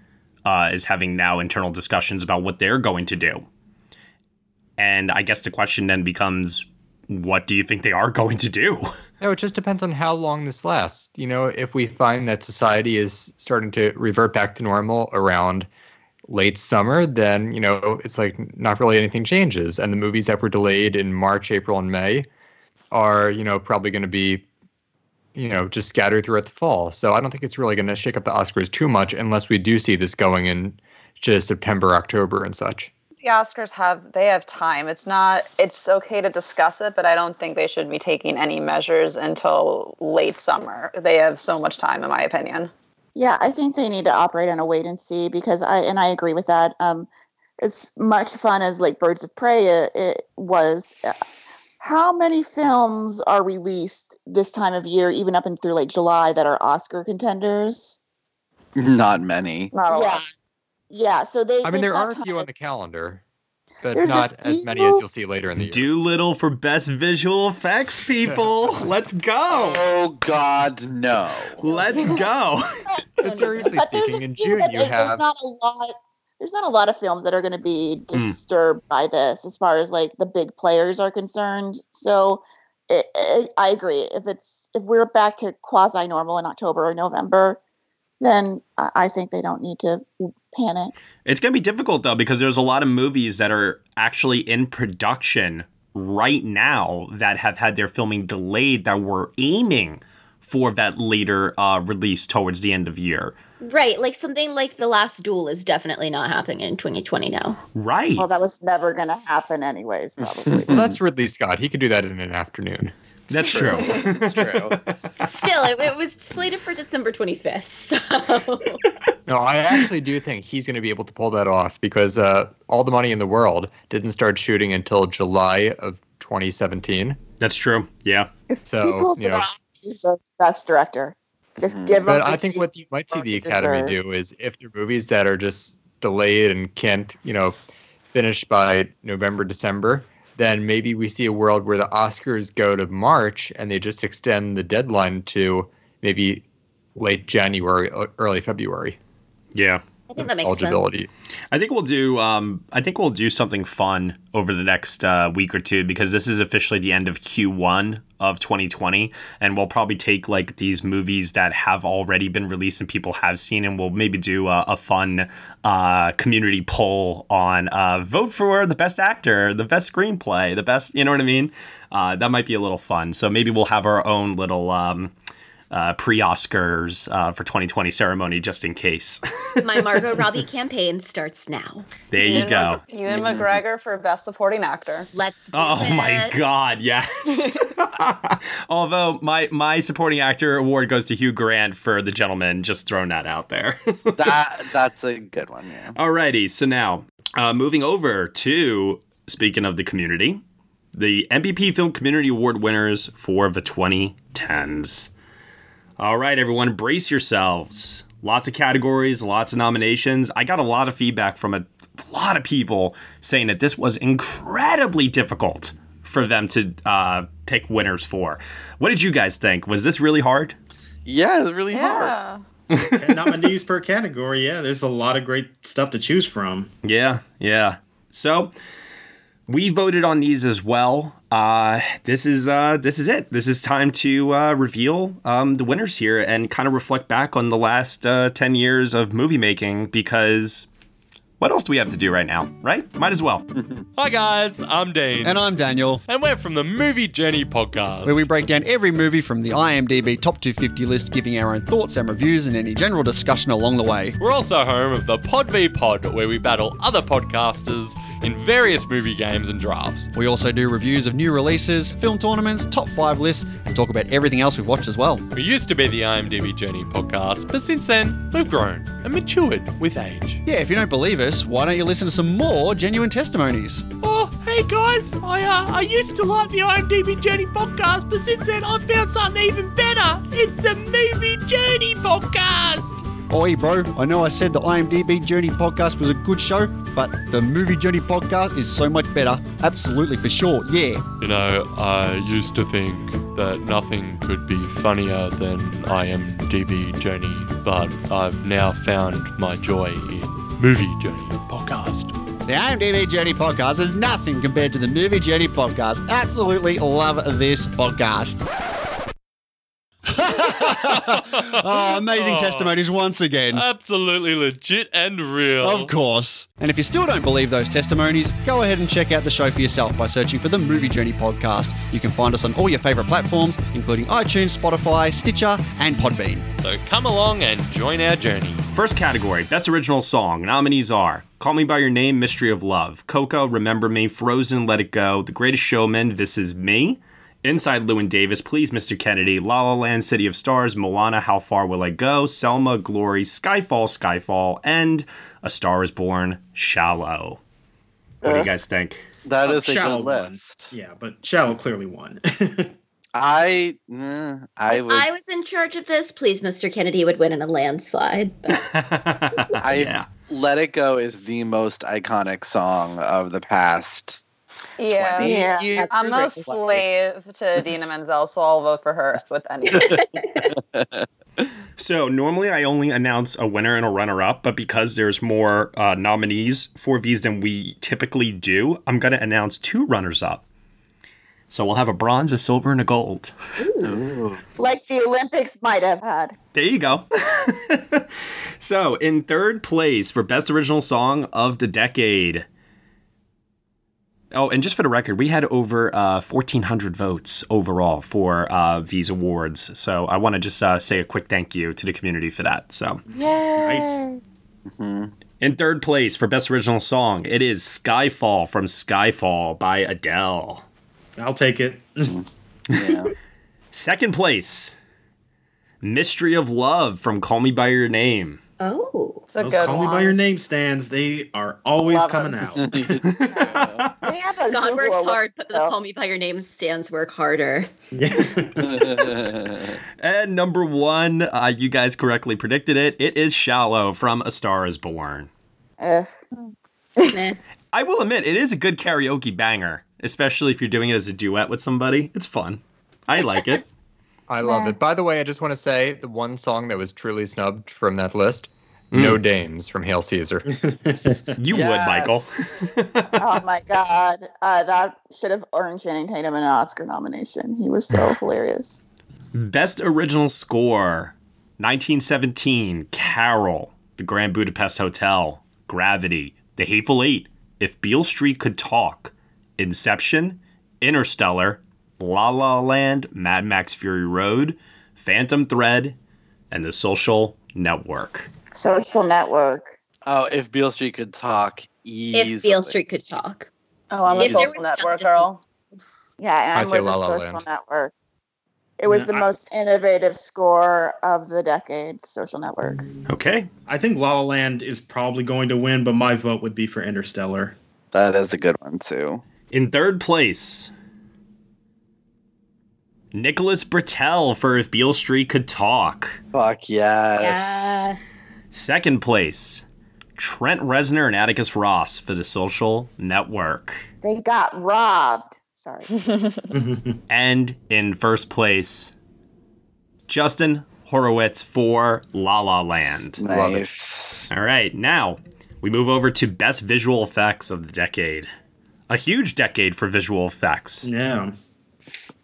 I: uh, is having now internal discussions about what they're going to do. And I guess the question then becomes, what do you think they are going to do?
C: No, it just depends on how long this lasts. You know, if we find that society is starting to revert back to normal around late summer, then, you know, it's like not really anything changes. And the movies that were delayed in March, April, and May are, you know, probably going to be, you know, just scattered throughout the fall. So I don't think it's really going to shake up the Oscars too much unless we do see this going in to September, October, and such.
K: the Oscars have they have time. It's not it's okay to discuss it, but I don't think they should be taking any measures until late summer. They have so much time in my opinion.
H: Yeah, I think they need to operate on a wait and see because I and I agree with that. Um, it's much fun as like Birds of Prey it, it was. uh, How many films are released this time of year, even up and through like July, that are Oscar contenders?
G: Not many.
H: Not a
G: yeah.
H: lot. Yeah, so they.
C: I mean,
H: they've
C: there
H: got
C: are a
H: time.
C: few on the calendar, but
H: There's a
C: not as many as you'll see later in the year.
I: Doolittle for best visual effects, people. Let's go.
G: Oh God, no.
I: Let's go.
C: But seriously uh, speaking, in June
H: But
C: you
H: there- There's
C: have Mm.
H: not a lot. There's not a lot of films that are going to be disturbed by this, as far as like the big players are concerned. So, it, it, I agree. If it's if we're back to quasi normal in October or November, then I, I think they don't need to panic.
I: It's going to be difficult though because there's a lot of movies that are actually in production right now that have had their filming delayed that were aiming for that later uh, release towards the end of year.
B: Right, like something like The Last Duel is definitely not happening in 2020 now.
I: Right.
H: Well, that was never going to happen, anyways. Probably.
C: well, that's Ridley Scott. He could do that in an afternoon.
I: That's true.
C: That's true.
B: Still, it, it was slated for December 25th.
C: No, I actually do think he's going to be able to pull that off because uh, all the money in the world didn't start shooting until July of 2017.
I: That's true. Yeah.
H: he
C: So
H: pulls
C: you
H: it
C: know, Mm-hmm.
H: off. He's the best director. Just give him.
C: but
H: the
C: I think what you might see the
H: Oscar
C: Academy
H: deserves.
C: do is if there are movies that are just delayed and can't, you know, finish by November, December, then maybe we see a world where the Oscars go to March and they just extend the deadline to maybe late January, e- early February.
I: Yeah.
B: I think that makes
C: eligibility. sense.
I: I think we'll do. Um, I think we'll do something fun over the next uh, week or two because this is officially the end of Q1 of 2020, and we'll probably take like these movies that have already been released and people have seen, and we'll maybe do a, a fun uh, community poll on uh, vote for the best actor, the best screenplay, the best. You know what I mean? Uh, that might be a little fun. So maybe we'll have our own little. Um, uh, pre-Oscars uh, for 2020 ceremony, just in case.
B: My Margot Robbie campaign starts now.
I: There you
K: Ewan
I: go.
K: Mc- Ewan McGregor for Best Supporting Actor.
B: Let's.
I: Oh my God! Yes. Although my my supporting actor award goes to Hugh Grant for The Gentleman. Just throwing that out there.
G: that that's a good one. Yeah.
I: Alrighty. So now, uh, moving over to speaking of the community, the MVP Film Community Award winners for the 2010s. All right, everyone, brace yourselves. Lots of categories, lots of nominations. I got a lot of feedback from a lot of people saying that this was incredibly difficult for them to uh, pick winners for. What did you guys think? Was this really hard?
G: Yeah, it's really
K: yeah.
J: Ten nominees per category. Yeah, there's a lot of great stuff to choose from.
I: Yeah, yeah. So we voted on these as well. Uh, this is uh, this is it. This is time to uh, reveal um, the winners here and kind of reflect back on the last uh, ten years of movie making because what else do we have to do right now? Right? Might as well.
N: Hi guys, I'm Dean.
O: And I'm Daniel.
N: And we're from the Movie Journey podcast.
O: where we break down every movie from the IMDb Top 250 list, giving our own thoughts and reviews and any general discussion along the way.
N: We're also home of the Pod v Pod, where we battle other podcasters in various movie games and drafts.
O: We also do reviews of new releases, film tournaments, top 5 lists, and talk about everything else we've watched as well.
N: We used to be the IMDb Journey podcast, but since then, we've grown and matured with age.
O: Yeah, if you don't believe us, why don't you listen to some more genuine testimonies?
N: Oh, hey guys, I uh, I used to like the IMDb Journey podcast, but since then I've found something even better. It's the Movie Journey podcast.
O: Oi, bro, I know I said the IMDb Journey podcast was a good show, but the Movie Journey podcast is so much better. Absolutely, for sure, yeah.
N: You know, I used to think that nothing could be funnier than IMDb Journey, but I've now found my joy in Movie Journey podcast.
O: The IMDb Journey podcast is nothing compared to the Movie Journey podcast. Absolutely love this podcast. oh, amazing
N: Oh.
O: testimonies once again.
N: Absolutely legit and real.
O: Of course. And if you still don't believe those testimonies, go ahead and check out the show for yourself by searching for the Movie Journey podcast. You can find us on all your favorite platforms, including iTunes, Spotify, Stitcher, and Podbean.
N: So come along and join our journey.
I: First category: Best Original Song. Nominees are Call Me By Your Name, Mystery of Love, Coco, Remember Me, Frozen, Let It Go, The Greatest Showman, This Is Me, Inside Lewin Davis, Please Mr. Kennedy, La La Land, City of Stars, Moana, How Far Will I Go, Selma, Glory, Skyfall, Skyfall, and A Star Is Born, Shallow. What do you guys think?
G: That is
J: Shallow
G: a good
J: Um, won.
G: list.
J: Yeah, but Shallow clearly won.
G: I eh, I would
B: I was in charge of this. Please, Mr. Kennedy would win in a landslide.
G: I Let It Go is the most iconic song of the past.
K: Yeah,
G: Twenty
K: yeah.
G: years
K: I'm a
G: later.
K: slave to Dina Menzel, so I'll vote for her with anything.
I: So normally I only announce a winner and a runner-up, but because there's more uh, nominees for these than we typically do, I'm going to announce two runners-up. So we'll have a bronze, a silver, and a gold.
H: Like the Olympics might have had.
I: There you go. so in third place for best original song of the decade. Oh, and just for the record, we had over uh, 1,400 votes overall for uh, these awards. So I want to just uh, say a quick thank you to the community for that. So.
E: Nice.
I: In third place for best original song, it is Skyfall from Skyfall by Adele.
J: I'll take it.
I: Second place, Mystery of Love from Call Me By Your Name.
B: Oh,
K: it's a
J: Those
K: good
J: Call
K: one.
J: Me by Your name stands. They are always coming out.
B: God works hard, but the Call Me By Your Name stands work harder.
I: and number one, uh, you guys correctly predicted it. It is Shallow from A Star Is Born. I will admit, it is a good karaoke banger, especially if you're doing it as a duet with somebody. It's fun. I like it.
C: I love it. By the way, I just want to say the one song that was truly snubbed from that list, No Dames from Hail Caesar.
I: Mm. you
H: Yes.
C: would, Michael.
H: oh my god, uh, that should have earned Channing Tatum an Oscar nomination. He was so hilarious.
I: Best original score 1917, Carol, The Grand Budapest Hotel, Gravity, The Hateful Eight, If Beale Street Could Talk, Inception, Interstellar, La La Land, Mad Max Fury Road, Phantom Thread, and The Social Network.
H: Social Network.
G: Oh, if Beale Street could talk, easily.
B: If Beale Street could talk.
K: Oh, I'm a
B: If there
K: social network girl.
H: Yeah,
G: I
H: and
G: say
H: with
G: La
H: the
G: La
H: Social
G: Land.
H: Network. It was
J: Yeah,
H: the
J: I-
H: most innovative score of the decade, The Social Network.
G: Mm.
I: Okay.
J: I think La La Land is probably going to win, but my vote would be for Interstellar.
G: That is a good one too.
I: In third place, Nicholas Bertel for If Beale Street Could Talk.
G: Fuck yes.
I: Second place, Trent Reznor and Atticus Ross for The Social Network.
H: They got robbed. Sorry.
I: and in first place, Justin Horowitz for La La Land.
G: Love it.
I: All right, now we move over to best visual effects of the decade. A huge decade for visual effects.
J: Yeah.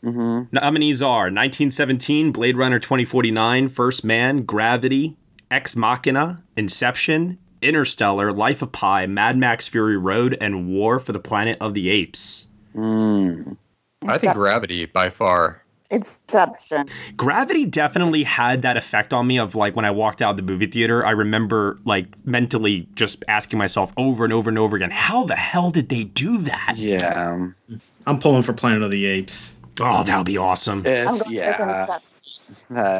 I: Nominees are 1917, Blade Runner 2049, First Man, Gravity, Ex Machina, Inception, Interstellar, Life of Pi, Mad Max Fury Road, and War for the Planet of the Apes.
C: Mm. I think Gravity by far.
H: Inception.
I: Gravity definitely had that effect on me of like when I walked out of the movie theater, I remember like mentally just asking myself over and over and over again, how the hell did they do that?
G: Yeah.
J: I'm pulling for Planet of the Apes.
I: Oh, that would be awesome. I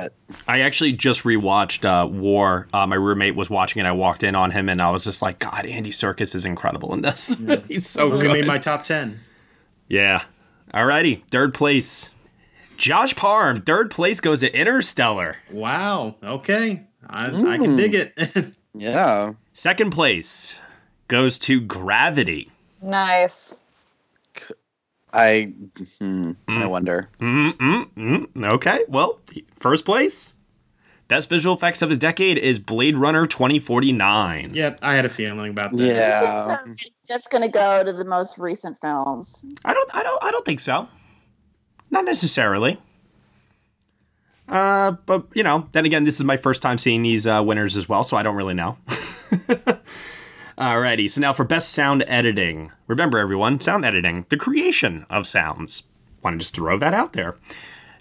I: actually just rewatched uh, War. Uh, my roommate was watching it. I walked in on him, and I was just like, "God, Andy Circus is incredible in this. He's so
J: Only
I: good."
J: made my top ten.
I: yeah. Alrighty, third place. Josh Parm. Third place goes to Interstellar. Hmm.
J: Wow. Okay. I, I can dig it.
G: yeah.
I: Second place goes to Gravity.
K: Nice.
G: I hmm,
I: Mm.
G: I wonder.
I: Mm-mm-mm. Mm-hmm, Okay. Well, first place. Best visual effects of the decade is Blade Runner 2049.
J: Yep, I had a feeling about
I: that.
H: So, just going to go to the most recent films.
I: I don't I don't I don't think so. Not necessarily. Uh, but you know, then again, this is my first time seeing these uh, winners as well, so I don't really know. Alrighty, so now for best sound editing. Remember, everyone, sound editing, the creation of sounds. Want to just throw that out there.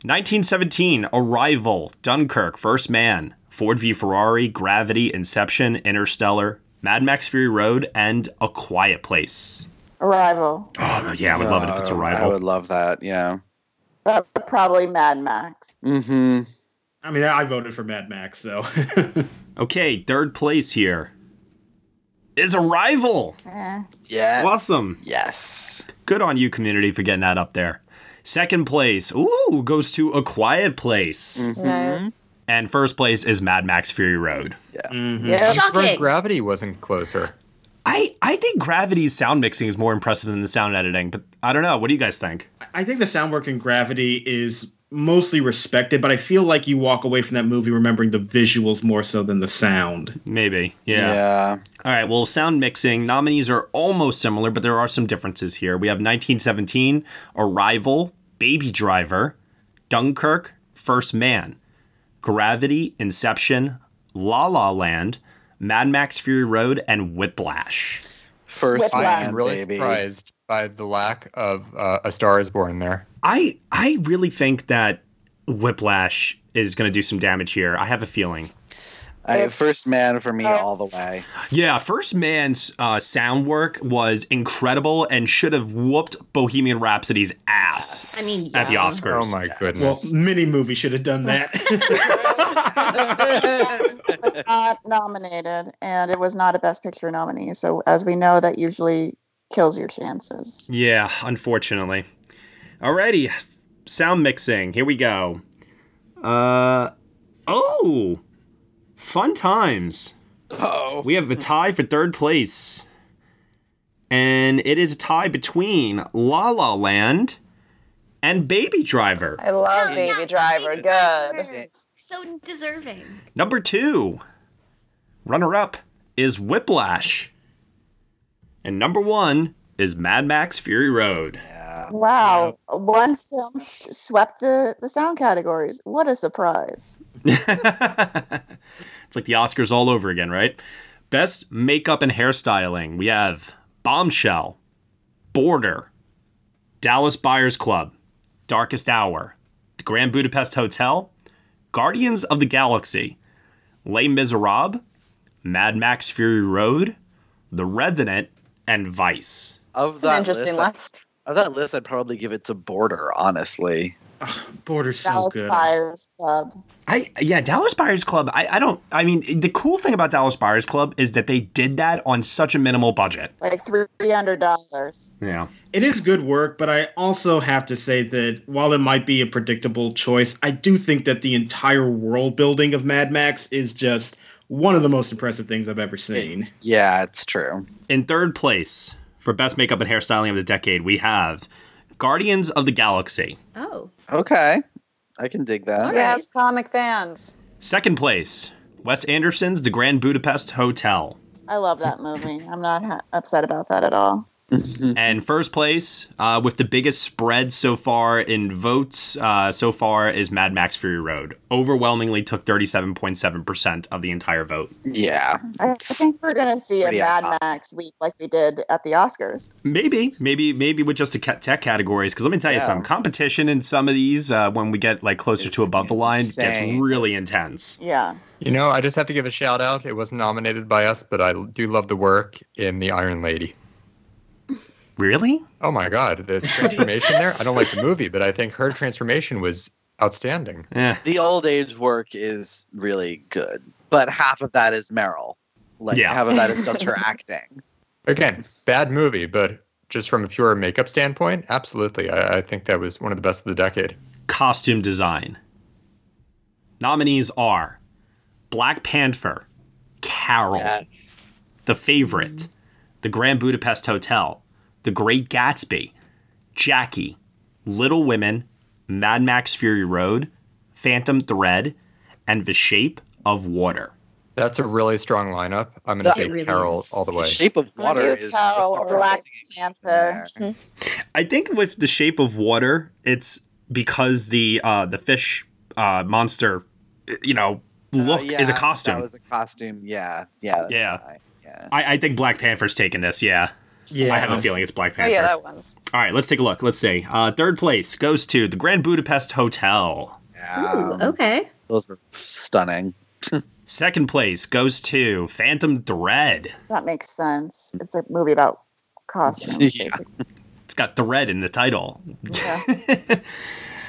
I: 1917, Arrival, Dunkirk, First Man, Ford v Ferrari, Gravity, Inception, Interstellar, Mad Max Fury Road, and A Quiet Place.
H: Arrival.
I: Oh, yeah, I would love it if it's
G: Uh,
I: Arrival.
G: I would love that. Yeah.
H: Uh, probably Mad Max.
G: Mm-hmm.
J: I mean, I voted for Mad Max, so
I: Okay, third place here is Arrival.
H: Eh.
G: Yeah.
I: Awesome.
G: Yes.
I: Good on you, community, for getting that up there. Second place, ooh, goes to A Quiet Place.
G: Mhm. Nice.
I: And first place is Mad Max Fury Road.
G: Yeah.
I: Yeah.
C: Mm-hmm. I'm surprised
I: Shocking.
C: Gravity wasn't closer.
I: I, I think Gravity's sound mixing is more impressive than the sound editing, but I don't know. What do you guys think?
J: I think the sound work in Gravity is mostly respected, but I feel like you walk away from that movie remembering the visuals more so than the sound.
I: Maybe. Yeah. All right. Well, sound mixing nominees are almost similar, but there are some differences here. We have 1917, Arrival, Baby Driver, Dunkirk, First Man, Gravity, Inception, La La Land, Mad Max Fury Road, and Whiplash.
G: First
C: I
G: Man,
C: am really
G: baby.
C: surprised by the lack of uh, A Star Is Born there.
I: I I really think that Whiplash is going to do some damage here. I have a feeling.
G: I, first man for me all the way.
I: Yeah, First Man's uh, sound work was incredible and should have whooped Bohemian Rhapsody's ass.
B: I mean,
I: at the
B: yeah.
I: Oscars.
C: Oh my
J: Well, mini movie should have done that.
H: was not nominated, and it was not a Best Picture nominee. So, as we know, that usually kills your chances.
I: Yeah, unfortunately. Alrighty, sound mixing. Here we go. Uh oh, fun times.
G: Oh,
I: we have a tie for third place, and it is a tie between La La Land and Baby Driver.
K: I love Baby Driver. Good.
B: So deserving.
I: Number two, runner up is Whiplash, and number one is Mad Max Fury Road.
H: Wow, one film sh- swept the the sound categories. What a surprise!
I: It's like the Oscars all over again, right? Best makeup and hairstyling. We have Bombshell, Border, Dallas Buyers Club, Darkest Hour, The Grand Budapest Hotel, Guardians of the Galaxy, Les Miserables, Mad Max Fury Road, The Revenant, and Vice.
G: Of
K: an
G: that
K: interesting
G: list, I-
K: list.
G: of that list, I'd probably give it to Border. Honestly,
J: Border's
H: Dallas Buyers Club.
I: I yeah, Dallas Buyers Club. I, I don't. I mean, the cool thing about Dallas Buyers Club is that they did that on such a minimal budget.
H: Like three hundred dollars.
I: Yeah.
J: It is good work, but I also have to say that while it might be a predictable choice, I do think that the entire world building of Mad Max is just one of the most impressive things I've ever seen.
G: Yeah, it's true.
I: In third place for best makeup and hairstyling of the decade, we have Guardians of the Galaxy.
B: Oh.
G: Okay, I can dig that.
K: Yes, comic fans.
I: Second place, Wes Anderson's The Grand Budapest Hotel.
H: I love that movie. I'm not ha- upset about that at all.
G: Mm-hmm.
I: and first place, uh, with the biggest spread so far in votes, uh, so far is Mad Max Fury Road. Overwhelmingly took 37.7% of the entire vote.
G: Yeah.
H: I think we're gonna see a
I: Pretty
H: Mad
I: iconic.
H: Max week like we did at the Oscars.
I: Maybe, maybe, maybe with just the ca- tech categories. Because let me tell you
H: Yeah.
I: something: competition in some of these, uh, when we get like closer to above the line, gets really intense.
H: Yeah.
C: You know, I just have to give a shout out. It wasn't nominated by us, but I do love the work in The Iron Lady.
I: Really?
C: Oh my God. The transformation there. I don't like the movie, but I think her transformation was outstanding.
I: Yeah.
G: The old age work is really good, but half of that is Meryl. Like
C: Yeah.
G: half of that is just her acting.
C: Again, bad movie, but just from a pure makeup standpoint, absolutely. I, I think that was one of the best of the decade.
I: Costume design. Nominees are Black Panther, Carol, The Favorite, The Grand Budapest Hotel, The Great Gatsby, Jackie, Little Women, Mad Max Fury Road, Phantom Thread, and The Shape of Water.
C: That's a really strong lineup. I'm going to
H: That-
C: say
H: It really
C: Carol all the way.
G: Shape of Water
H: Cute
G: is
H: Carol or Black Panther.
I: I think with the shape of water, it's because the uh, the fish uh, monster, you know, look
G: Uh, yeah,
I: is a costume.
G: That was a costume. Yeah. Yeah.
I: yeah. I, I think Black Panther's taking this. Yeah.
J: Yeah.
I: I have a feeling it's Black
K: Oh
I: Panther.
K: yeah, that one's.
I: All right, let's take a look. Let's see. Uh, third place goes to the Grand Budapest Hotel.
B: Um,
G: Yeah.
B: Okay.
G: Those are stunning.
I: Second place goes to Phantom Thread.
H: That makes sense. It's a movie about costumes.
I: It's got Thread in the title.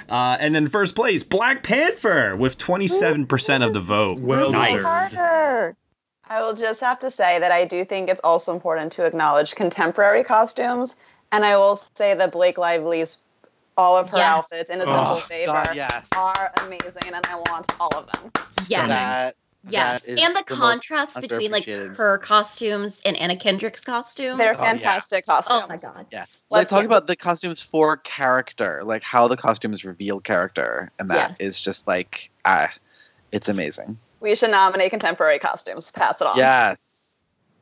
I: uh, and in first place, Black Panther with 27% of the vote.
J: Well
I: nice.
K: I will just have to say that I do think it's also important to acknowledge contemporary costumes, and I will say that Blake Lively's all of her
F: Yes.
K: outfits in a simple
F: Oh,
K: favor
F: God, yes.
K: are amazing, and I want all of them.
B: Yeah.
G: That-
B: yeah.
G: that is
B: And the,
G: the most
B: contrast between like
G: underappreciated.
B: her costumes and Anna Kendrick's costumes.
K: They're
G: Oh, yeah. fantastic
B: costumes. Oh my god.
G: Yeah.
B: Let's-
G: Let's talk about the costumes for character, like how the costumes reveal character, and that is just like ah, it's amazing.
K: We should nominate contemporary costumes. Pass it on.
G: Yes.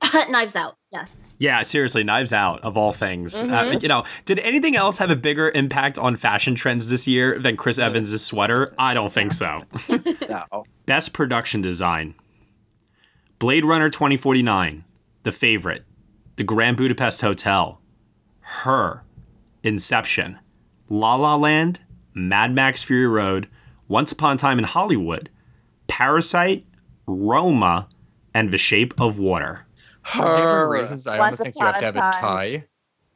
B: Knives Out. Yes.
I: Yeah, seriously, Knives Out of all things. Uh,
B: Mhm.
I: you know, did anything else have a bigger impact on fashion trends this year than Chris Evans' sweater? I don't think so.
G: no.
I: Best production design: Blade Runner 2049, The Favorite, The Grand Budapest Hotel, Her, Inception, La La Land, Mad Max Fury Road, Once Upon a Time in Hollywood, Parasite, Roma, and The Shape of Water.
C: For different reasons, I
H: Once
C: almost think you have to have
H: upon
C: a
H: a time.
C: tie.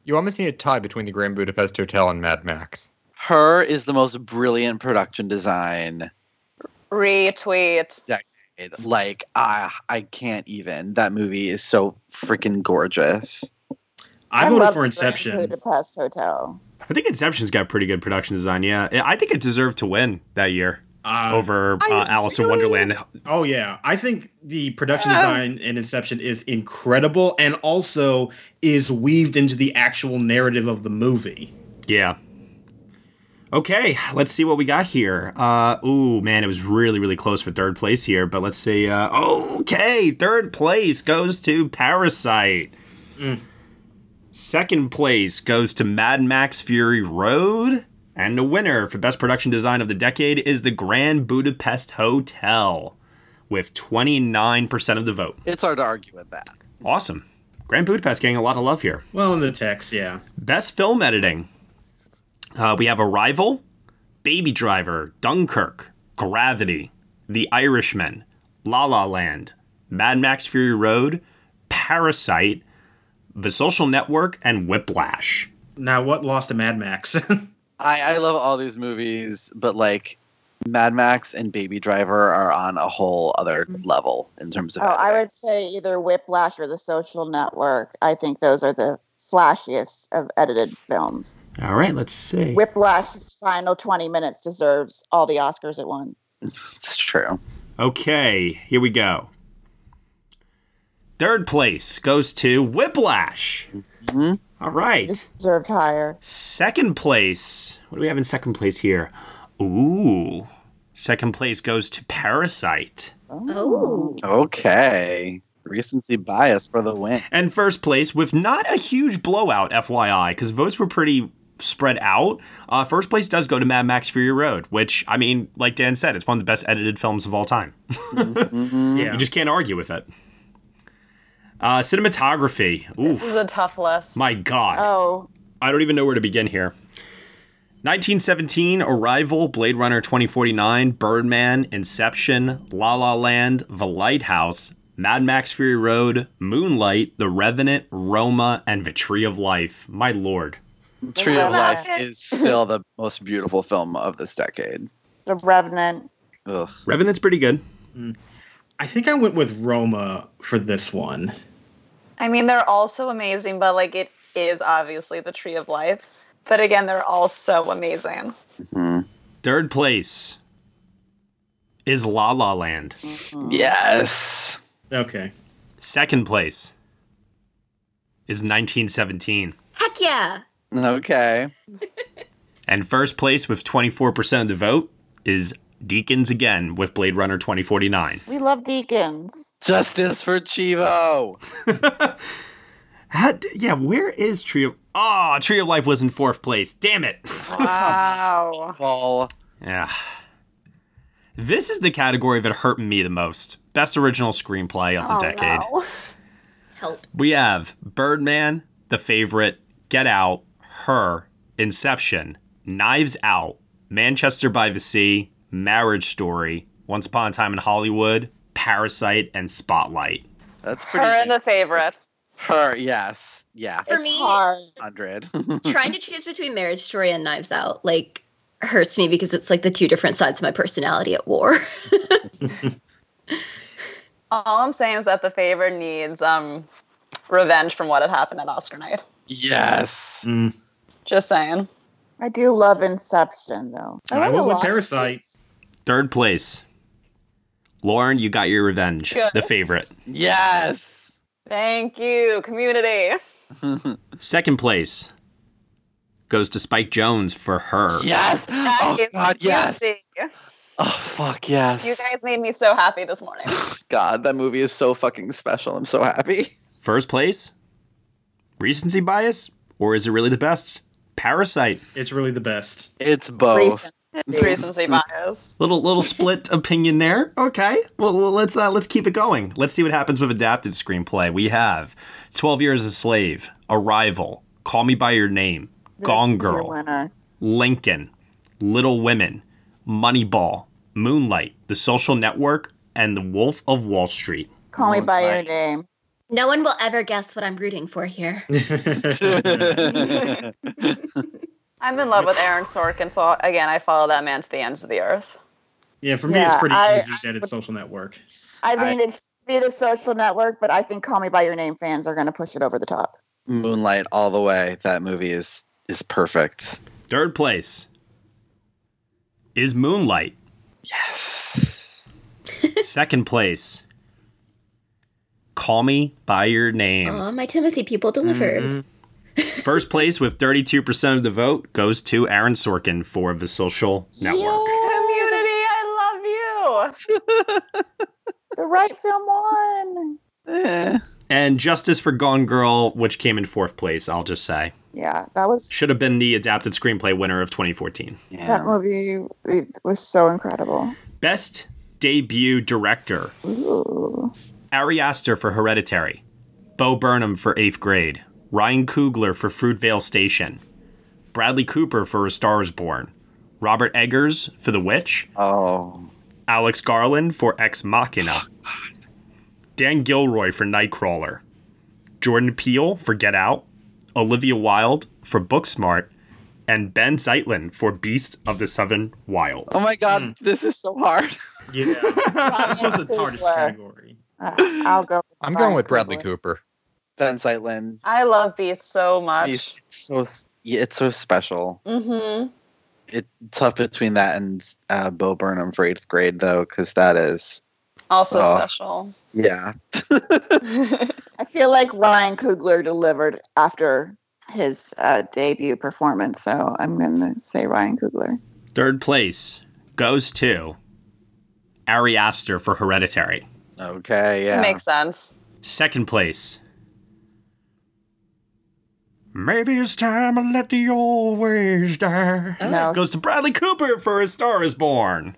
C: You almost need a tie between the Grand Budapest Hotel and Mad Max.
G: Her is the most brilliant production design.
K: Retweet.
G: It- Like ah, I can't even. That movie is so freaking gorgeous.
J: I
H: voted love
I: for
H: Budapest Hotel.
I: I think Inception's got pretty good production design. Yeah, I I think it deserved to win that year over uh, Alice in Wonderland.
J: Oh yeah, I think the production design in Inception is incredible, and also is weaved into the actual narrative of the movie.
I: Yeah. Okay, let's see what we got here. Uh, ooh, man, it was really, really close for third place here, but let's see. Uh, okay, third place goes to Parasite. Second place goes to Mad Max Fury Road. And the winner for Best Production Design of the Decade is the Grand Budapest Hotel with 29% of the vote.
G: It's hard to argue with that.
I: Awesome. Grand Budapest getting a lot of love here.
J: Well, in the text, yeah.
I: Best film editing. Uh, we have Arrival, Baby Driver, Dunkirk, Gravity, The Irishman, La La Land, Mad Max Fury Road, Parasite, The Social Network, and Whiplash.
J: Now, what lost to Mad Max?
G: I, I love all these movies, but like Mad Max and Baby Driver are on a whole other
B: Mm-hmm.
G: level in terms
H: Oh,
G: of.
H: I would say either Whiplash or The Social Network. I think those are the flashiest of edited films.
I: All right, let's see.
H: Whiplash's final 20 minutes deserves all the Oscars it won.
G: It's true.
I: Okay, here we go. Third place goes to Whiplash.
G: Mm-hmm.
I: All right.
H: Deserved higher.
I: Second place. What do we have in second place here? Ooh. Second place goes to Parasite.
B: Oh.
G: Okay. Recency bias for the win.
I: And first place with not a huge blowout, FYI, because votes were pretty spread out. Uh, first place does go to Mad Max Fury Road, which, I mean, like Dan said, it's one of the best edited films of all time.
J: Yeah.
I: You just can't argue with it. Uh, cinematography. Oof.
K: This is a tough list.
I: My God.
H: Oh.
I: I don't even know where to begin here. 1917, Arrival, Blade Runner 2049, Birdman, Inception, La La Land, The Lighthouse, Mad Max Fury Road, Moonlight, The Revenant, Roma, and The Tree of Life. My lord.
G: Tree of Life is still the most beautiful film of this decade.
H: The Revenant.
G: Ugh.
I: Revenant's pretty good.
J: Hmm. I think I went with Roma for this one.
K: I mean, they're all so amazing, but like it is obviously the tree of life. But again, they're all so amazing.
G: Hmm.
I: Third place is La La Land.
G: Yes.
J: Okay.
I: Second place is 1917.
B: Heck yeah.
G: Okay.
I: And first place with 24% of the vote is Deacons again with Blade Runner 2049.
H: We love Deacons.
G: Justice for Chivo.
I: How, yeah, where is Tree of Oh, Tree of Life was in fourth place. Damn it.
K: Wow.
G: Paul.
I: Yeah. This is the category that hurt me the most. Best original screenplay
E: Oh,
I: of the decade.
B: Help.
I: We have Birdman, The Favorite, Get Out, Her, Inception, Knives Out, Manchester by the Sea, Marriage Story, Once Upon a Time in Hollywood, Parasite, and Spotlight.
G: That's
K: Her in the favorite.
G: Her, yes, yeah.
B: For me, hard.
G: hundred.
B: trying to choose between Marriage Story and Knives Out like hurts me because it's like the two different sides of my personality at war.
K: All I'm saying is that the favor needs um, revenge from what had happened at Oscar night.
G: Yes.
I: Mm.
K: Just saying.
H: I do love Inception though.
K: I like
H: a lot.
J: Parasites.
I: Third place. Lauren, you got your revenge.
K: Good.
I: The favorite.
G: Yes.
K: Thank you, community.
I: Second place goes to Spike Jones for her.
G: Yes. Oh,
K: That is
G: God, yes.
K: community.
G: Fuck yes.
K: You guys made me so happy this morning.
G: God, that movie is so fucking special. I'm so happy.
I: First place? Recency bias? Or is it really the best? Parasite.
J: It's really the best.
G: It's both.
K: Recency bias.
I: Little little split opinion there. Okay. Well, well, let's uh, let's keep it going. Let's see what happens with adapted screenplay. We have 12 Years a Slave, Arrival, Call Me by Your Name, Gone
H: That's your
I: Girl,
H: winner.
I: Lincoln, Little Women, Moneyball, Moonlight, The Social Network, and The Wolf of Wall Street.
H: Call me by your name.
B: No one will ever guess what I'm rooting for here.
K: I'm in love with Aaron Sorkin, so again, I follow that man to the ends of the earth.
J: Yeah, for me,
H: Yeah,
J: it's pretty
H: I-
J: easy that it's Social Network.
H: I
J: I-
H: mean, it's be the social network, but I think Call Me by Your Name fans are going to push it over the top.
G: Moonlight all the way. That movie is is perfect.
I: Third place is Moonlight. Yes. Second place, Call Me by Your Name.
B: Aw, my Timothy people delivered.
I: First place with 32% of the vote goes to Aaron Sorkin for The Social Network.
K: Community, I love you.
H: the right film won.
G: Eh.
I: And Justice for Gone Girl, which came in fourth place, I'll just say.
H: Yeah, that was
I: Should have been the adapted screenplay winner of 2014.
H: that movie it was so incredible.
I: Best debut director. Ari Aster for Hereditary, Bo Burnham for Eighth Grade, Ryan Coogler for Fruitvale Station, Bradley Cooper for A Star Is Born, Robert Eggers for The Witch,
G: oh,
I: Alex Garland for Ex Machina, Dan Gilroy for Nightcrawler, Jordan Peele for Get Out, Olivia Wilde for Booksmart, and Ben Zeitlin for Beasts of the Southern Wild.
G: Oh my god,
H: Hmm.
G: this is so hard.
J: Yeah.
G: this
H: the hardest category.
G: Uh,
H: I'll go.
G: I'm
H: going with
G: Bradley Cooper. Ben Zeitlin.
K: I love Beast so much.
G: He's so yeah, it's so special.
K: Mm-hmm.
G: It's tough between that and uh, Bo Burnham for eighth grade though, because that is
K: Also
G: Oh.
K: special.
G: yeah.
H: I feel like Ryan Coogler delivered after his uh, debut performance, so I'm going to say Ryan Coogler.
I: Third place goes to Ari Aster for Hereditary.
G: Okay,
K: Makes sense.
I: Second place. Maybe it's time I let the old ways die.
H: No.
I: Goes to Bradley Cooper for A Star is Born.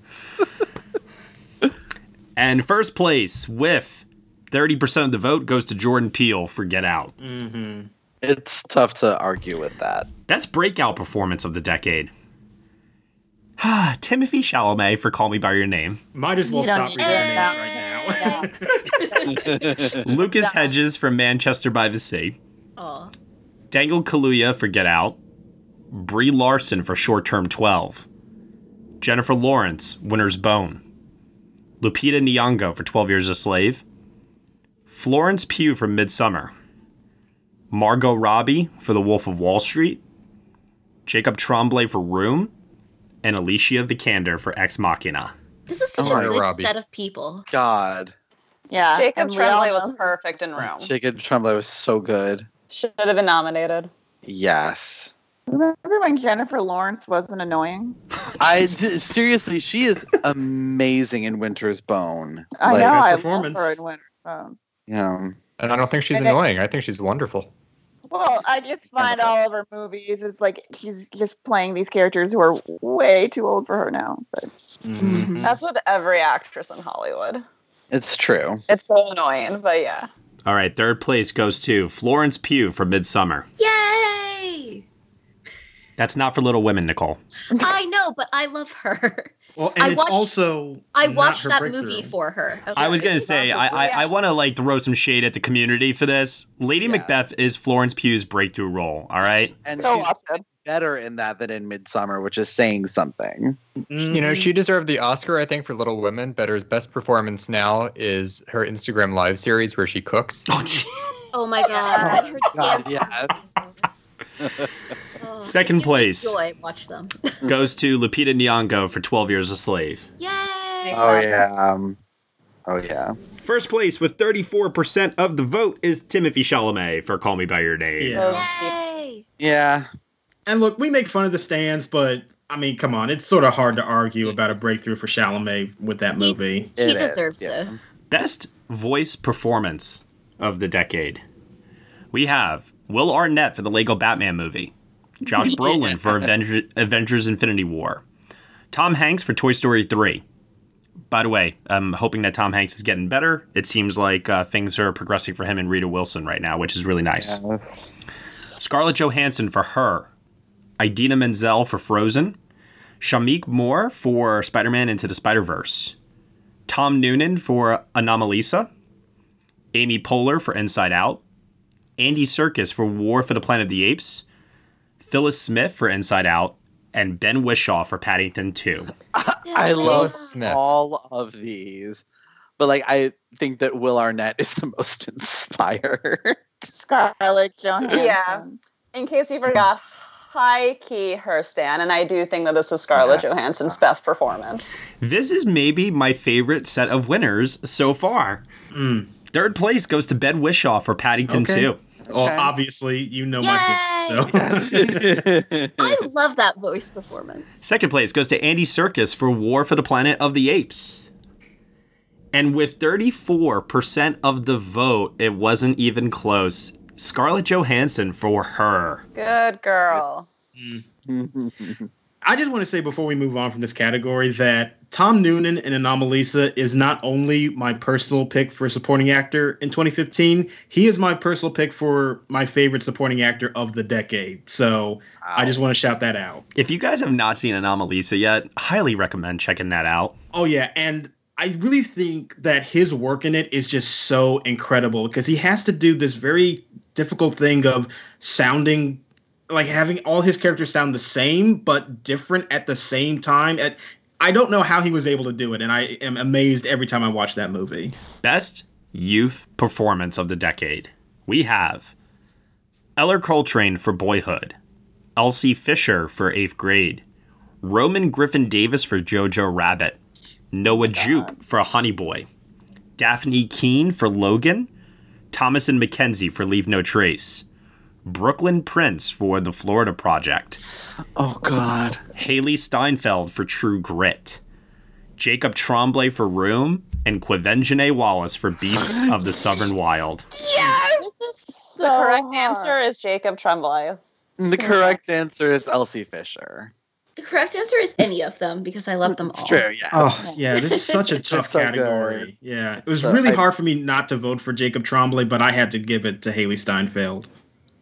I: and first place with 30% of the vote goes to Jordan Peele for Get Out.
J: Mm-hmm.
G: It's tough to argue with that.
I: Best breakout performance of the decade. Timothy Chalamet for Call Me By Your Name.
J: Might as well
H: You don't
J: stop
H: need
J: reading
H: that.
J: names right
I: Lucas Hedges from Manchester by the Sea.
B: Aw.
I: Dangle Kaluuya for Get Out. Brie Larson for Short Term 12. Jennifer Lawrence, Winter's Bone. Lupita Nyong'o for 12 Years a Slave. Florence Pugh for Midsummer. Margot Robbie for The Wolf of Wall Street. Jacob Tremblay for Room. And Alicia Vikander for Ex Machina.
B: This is such
I: Oh,
B: a good
I: Robbie.
B: set of people.
G: God.
H: Yeah.
K: Jacob
H: and we all
K: Tremblay
H: know-
K: was perfect in Room.
G: Jacob Tremblay was so good.
K: Should have been nominated.
G: Yes.
H: Remember when Jennifer Lawrence wasn't annoying?
G: I d- seriously, she is amazing in Winter's Bone.
H: I
G: Like,
H: know. Uh, I
J: performance.
H: love her in Winter's Bone.
G: Yeah.
C: And I don't think she's
H: And it-
C: annoying. I think she's wonderful.
H: Well, I just find all of her movies is like she's just playing these characters who are way too old for her now. But
B: Mm-hmm.
K: That's with every actress in Hollywood.
G: It's true.
K: It's so annoying, but yeah.
I: All right, third place goes to Florence Pugh for Midsummer.
B: Yay!
I: That's not for Little Women, Nicole.
B: I know, but I love her.
J: Well, and
B: I
J: it's
B: watched-
J: also
B: I
J: not
B: watched
J: her
B: that
J: breakthrough.
B: movie for her.
I: I was gonna say I I,
B: Yeah.
I: I want to like throw some shade at the community for this. Lady Macbeth is Florence Pugh's breakthrough role. All right,
G: and she's better in that than in Midsummer, which is saying something.
C: You know, she deserved the Oscar, I think, for Little Women. But her best performance now is her Instagram live series where she cooks.
B: Oh my god! Her
G: God, yes.
B: Oh,
I: Second place
B: joy. Watch them.
I: goes to Lupita Nyong'o for Twelve Years a Slave.
G: Oh yeah. Um, oh yeah.
I: First place with thirty four percent of the vote is Timothy Chalamet for Call Me by Your Name.
G: Yeah.
J: And look, we make fun of the stands, but I mean, come on, it's sort of hard to argue about a breakthrough for Chalamet with that movie.
B: He deserves this.
I: Best voice performance of the decade. We have Will Arnett for the Lego Batman movie, Josh Brolin for Avenger, Avengers Infinity War, Tom Hanks for Toy Story 3. By the way, I'm hoping that Tom Hanks is getting better. It seems like uh, things are progressing for him and Rita Wilson right now, which is really nice. Scarlett Johansson for her, Idina Menzel for Frozen, Shamik Moore for Spider Man Into the Spider Verse, Tom Noonan for Anomalisa, Amy Poehler for Inside Out, Andy Serkis for War for the Planet of the Apes, Phyllis Smith for Inside Out, and Ben Wishaw for Paddington 2.
G: I love all of these, but like I think that Will Arnett is the most inspired.
H: Scarlett Johansson.
K: Yeah. In case you forgot, high key her stand, and I do think that this is Scarlett Johansson's best performance.
I: This is maybe my favorite set of winners so far. Third place goes to Ben Wishaw for Paddington
J: Okay.
I: 2.
J: Well, obviously, you know my
I: pick, so.
B: I love that voice performance.
I: Second place goes to Andy Serkis for War for the Planet of the Apes. And with 34% of the vote, it wasn't even close. Scarlett Johansson for her.
K: Good girl.
J: I just want to say before we move on from this category that Tom Noonan in Anomalisa is not only my personal pick for supporting actor in 2015, he is my personal pick for my favorite supporting actor of the decade. So I just want to shout that out.
I: If you guys have not seen Anomalisa yet, highly recommend checking that out.
J: Oh yeah, and I really think that his work in it is just so incredible because he has to do this very difficult thing of sounding like having all his characters sound the same but different at the same time. At I don't know how he was able to do it, and I am amazed every time I watch that movie.
I: Best youth performance of the decade. We have Eller Coltrane for Boyhood, Elsie Fisher for Eighth Grade, Roman Griffin Davis for Jojo Rabbit, Noah Jupe for Honey Boy, Daphne Keene for Logan, Thomas and McKenzie for Leave No Trace, Brooklyn Prince for The Florida Project.
G: Oh God.
I: Haley Steinfeld for True Grit, Jacob Tremblay for Room, and Quivenjane Wallace for Beasts of the Southern Wild.
K: Yes. the correct answer is Jacob Tremblay.
G: The correct answer is Elsie Fisher.
B: The correct answer is any of them because I love them all.
G: It's true. Yeah.
J: Oh yeah, this is such a
G: It's
J: tough
G: so good.
J: category. Yeah, it was
G: So
J: really
G: I-
J: hard for me not to vote for Jacob Tremblay, but I had to give it to Haley Steinfeld.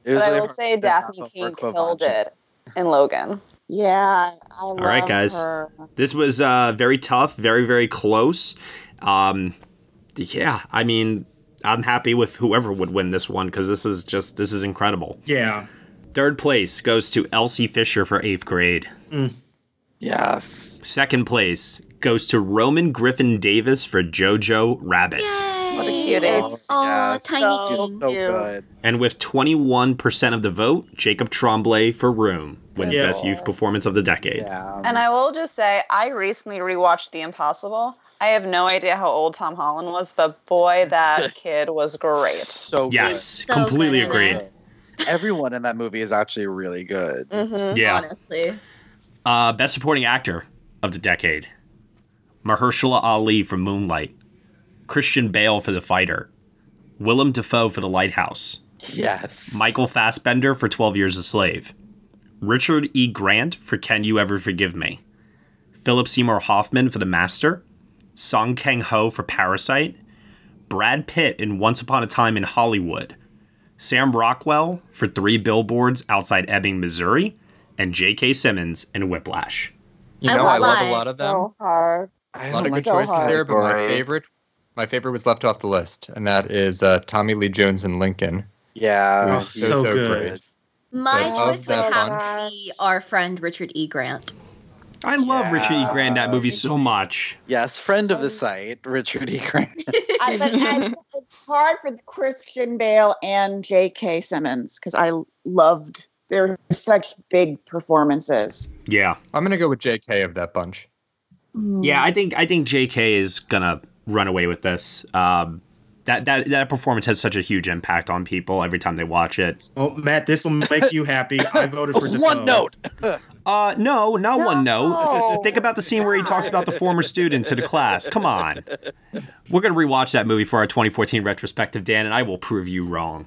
K: But I will say Daphne King killed it in Logan.
H: Yeah. I
I: All right, guys. This was uh, very tough, very, very close. Um, yeah, I mean, I'm happy with whoever would win this one because this is just, this is incredible.
J: Yeah.
I: Third place goes to Elsie Fisher for eighth grade.
G: Yes.
I: Second place goes to Roman Griffin Davis for Jojo Rabbit.
B: What
K: a cutie.
B: Oh, tiny.
G: So good.
I: And with 21% of the vote, Jacob Tremblay for Room wins
K: Yeah.
I: Best Youth Performance of the Decade.
G: Um,
K: And I will just say, I recently rewatched The Impossible. I have no idea how old Tom Holland was, but boy, that kid was great.
G: So
I: Yes, So completely good. agreed.
G: Everyone in that movie is actually really good.
K: Mm-hmm,
I: Yeah.
B: Honestly.
I: Uh, best Supporting Actor of the Decade Mahershala Ali for Moonlight, Christian Bale for The Fighter, Willem Dafoe for The Lighthouse,
G: Yes.
I: Michael Fassbender for 12 Years a Slave, Richard E. Grant for Can You Ever Forgive Me, Philip Seymour Hoffman for The Master, Song Kang Ho for Parasite, Brad Pitt in Once Upon a Time in Hollywood, Sam Rockwell for Three Billboards Outside Ebbing, Missouri, and J.K. Simmons in Whiplash.
C: You know, I love a lot of them.
H: So hard.
C: A lot of
G: Oh
C: good choices there, but my favorite, my favorite was left off the list, and that is uh, Tommy Lee Jones and Lincoln.
G: Yeah,
C: It was so, so, great.
B: My
C: But uh, of
B: choice would
C: that
B: have to be our friend Richard E. Grant.
I: I love Richard E. Grant in that movie so much.
G: Yes, friend of the site, Richard E. Grant.
H: I, but I, it's hard for Christian Bale and J.K. Simmons because I loved their such big performances.
I: Yeah.
C: I'm gonna go with JK of that bunch.
I: Yeah, I think I think J.K. is gonna run away with this. Um, that that that performance has such a huge impact on people every time they watch it.
J: Well, Oh, Matt, this will make you happy. I voted for Defoe.
I: Uh, no, not one note. Think about the scene where he talks about the former student to the class. Come on, we're gonna rewatch that movie for our 2014 retrospective, Dan, and I will prove you wrong.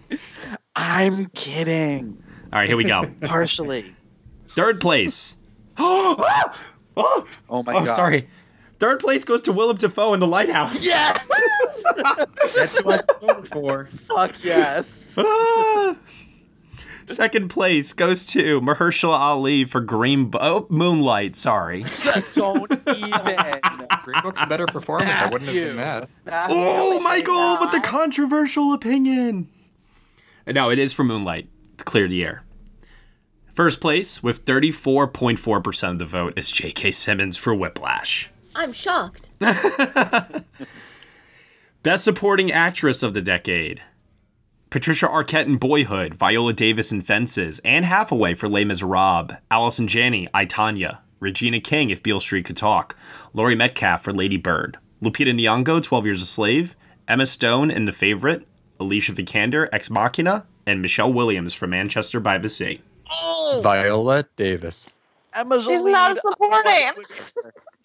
G: I'm kidding.
I: All right, here we go.
G: Partially.
I: Third place. oh, oh,
G: oh my
I: oh,
G: god.
I: Sorry. Third place goes to Willem Dafoe in The Lighthouse.
G: Yes.
J: That's what I voted for.
G: Fuck yes.
I: Ah. Second place goes to Mahershala Ali for Green Bo- oh, Moonlight. Sorry.
G: Don't even.
C: Green Book's a better performance. I wouldn't have been mad.
I: oh, Michael, with the controversial opinion. Uh, No, it is for Moonlight. To clear the air. First place with 34.4% of the vote is J.K. Simmons for Whiplash.
B: I'm shocked.
I: Best Supporting Actress of the Decade. Patricia Arquette in Boyhood, Viola Davis in Fences, Anne Hathaway for Les Miserables, Allison Janney, I, Tanya, Regina King if Beale Street Could Talk, Laurie Metcalf for Lady Bird, Lupita Nyong'o, 12 Years a Slave, Emma Stone in The Favorite, Alicia Vikander, Ex Machina, and Michelle Williams for Manchester by the Sea.
H: Mm.
C: Viola Davis.
G: Emma's
K: She's not supporting.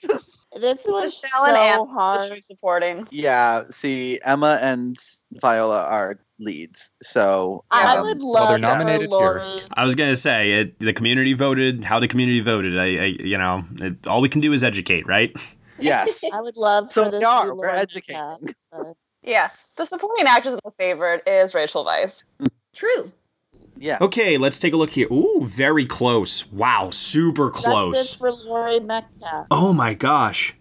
H: this was
K: Michelle
H: so
K: and Anne
H: hard.
K: She's supporting.
G: Yeah, see, Emma and Viola are leads, so
H: I
G: um,
H: would love for Lori.
I: I was gonna say it, the community voted. How the community voted. I, I you know, it, all we can do is educate, right?
G: Yes.
H: I would love
G: So
H: for this.
G: we are.
H: to be
G: We're
H: Lori
G: educating.
H: Metcalf, but-
K: Yes, the supporting actress in the favorite is Rachel Weisz.
B: True.
G: Yeah.
I: Okay, let's take a look here. Ooh, very close. Wow, super
H: Justice
I: close.
H: for Lori Metcalf.
I: Oh my gosh.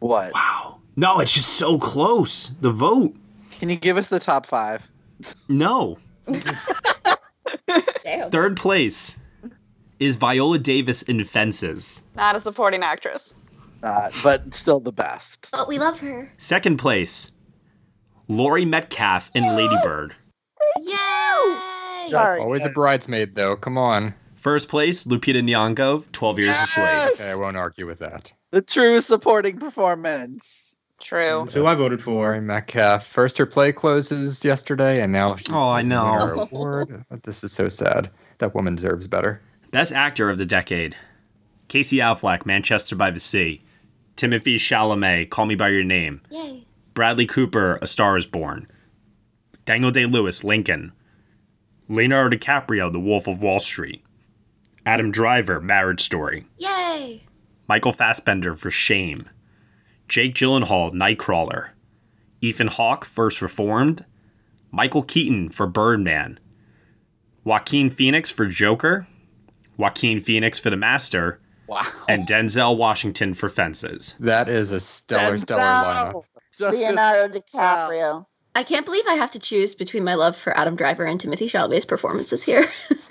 G: What?
I: Wow. No, it's just so close. The vote.
G: Can you give us the top five?
I: No.
B: Damn.
I: Third place is Viola Davis in Fences.
K: Not a supporting actress.
G: Not, Uh, but still the best.
B: But we love her.
I: Second place, Lori Metcalf in Lady Bird.
B: Yay!
C: Always a bridesmaid, though. Come on.
I: First place, Lupita Nyong'o, 12 Years a Slave.
G: Yes!
C: Okay, I won't argue with that.
G: The true supporting performance.
K: True.
J: That's who I voted for.
C: Lori Metcalf. First, her play closes yesterday, and now.
I: Oh, I know.
C: Her award. This is so sad. That woman deserves better.
I: Best actor of the decade. Casey Affleck, Manchester by the Sea. Timothy Chalamet, Call Me By Your Name.
B: Yay.
I: Bradley Cooper, A Star is Born. Daniel Day Lewis, Lincoln. Leonardo DiCaprio, The Wolf of Wall Street. Adam Driver, Marriage Story.
B: Yay!
I: Michael Fassbender for Shame. Jake Gyllenhaal, Nightcrawler. Ethan Hawke, First Reformed. Michael Keaton for Birdman. Joaquin Phoenix for Joker. Joaquin Phoenix for The Master.
G: Wow.
I: And Denzel Washington for Fences.
C: That is a stellar, stellar lineup.
G: Justice-
H: Leonardo DiCaprio.
B: I can't believe I have to choose between my love for Adam Driver and Timothy Chalamet's performances here.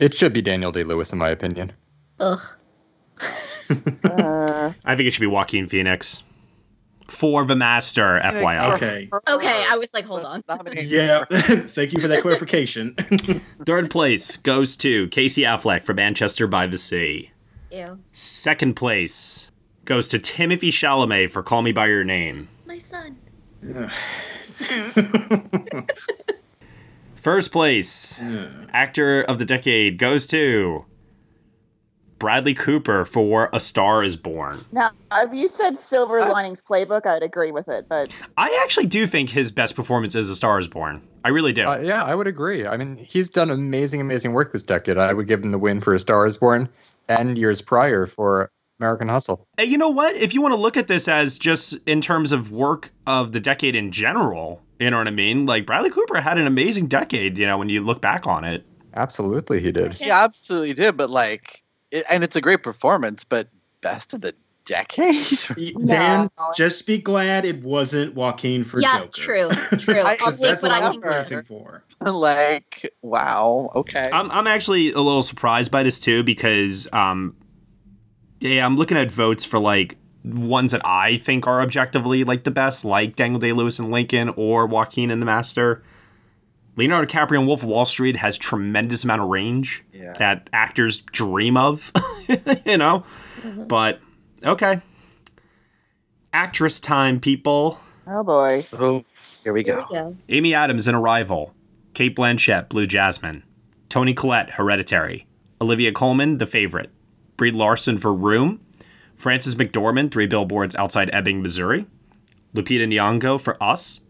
C: It should be Daniel Day Lewis, in my opinion.
B: Ugh.
H: Uh,
I: I think it should be Joaquin Phoenix. For The Master, FYI.
J: Okay.
B: Okay, I was like, hold on.
J: Yeah. Thank you for that clarification.
I: Third place goes to Casey Affleck for Manchester by the Sea.
B: Ew.
I: Second place goes to Timothy Chalamet for Call Me By Your Name.
B: My son.
I: First place, actor of the decade, goes to Bradley Cooper for A Star is Born.
H: now, if you said Silver Linings Playbook, I'd agree with it, but
I: I actually do think his best performance is A Star is Born. I really do.
C: Uh, yeah, I would agree. I mean, he's done amazing, amazing work this decade. I would give him the win for A Star is Born and years prior for American Hustle.
I: And you know what? If you want to look at this as just in terms of work of the decade in general, you know what I mean? Like Bradley Cooper had an amazing decade, you know, when you look back on it.
C: Absolutely, he did.
G: He absolutely did, but like, it, and it's a great performance, but best of the decade.
J: Dan, just be glad it wasn't Joaquin for
B: yeah,
J: Joker.
B: true, true.
J: I-
B: I'll
J: 'cause
B: take
J: that's
B: what
J: what
B: I
J: I'm
B: can
J: practicing
B: get.
J: for.
G: like, wow. Okay.
I: I'm, I'm actually a little surprised by this too because um yeah i'm looking at votes for like ones that i think are objectively like the best like daniel day lewis and lincoln or joaquin and the master leonardo dicaprio and wolf of wall street has tremendous amount of range
G: Yeah.
I: that actors dream of you know but okay actress time people
H: oh boy
G: oh here we
I: go Amy Adams in Arrival, Kate Blanchett, Blue Jasmine, Tony Collette, Hereditary, Olivia Colman, The Favorite, Brie Larson for Room, Frances McDormand, Three Billboards Outside Ebbing, Missouri, Lupita Nyong'o for Us,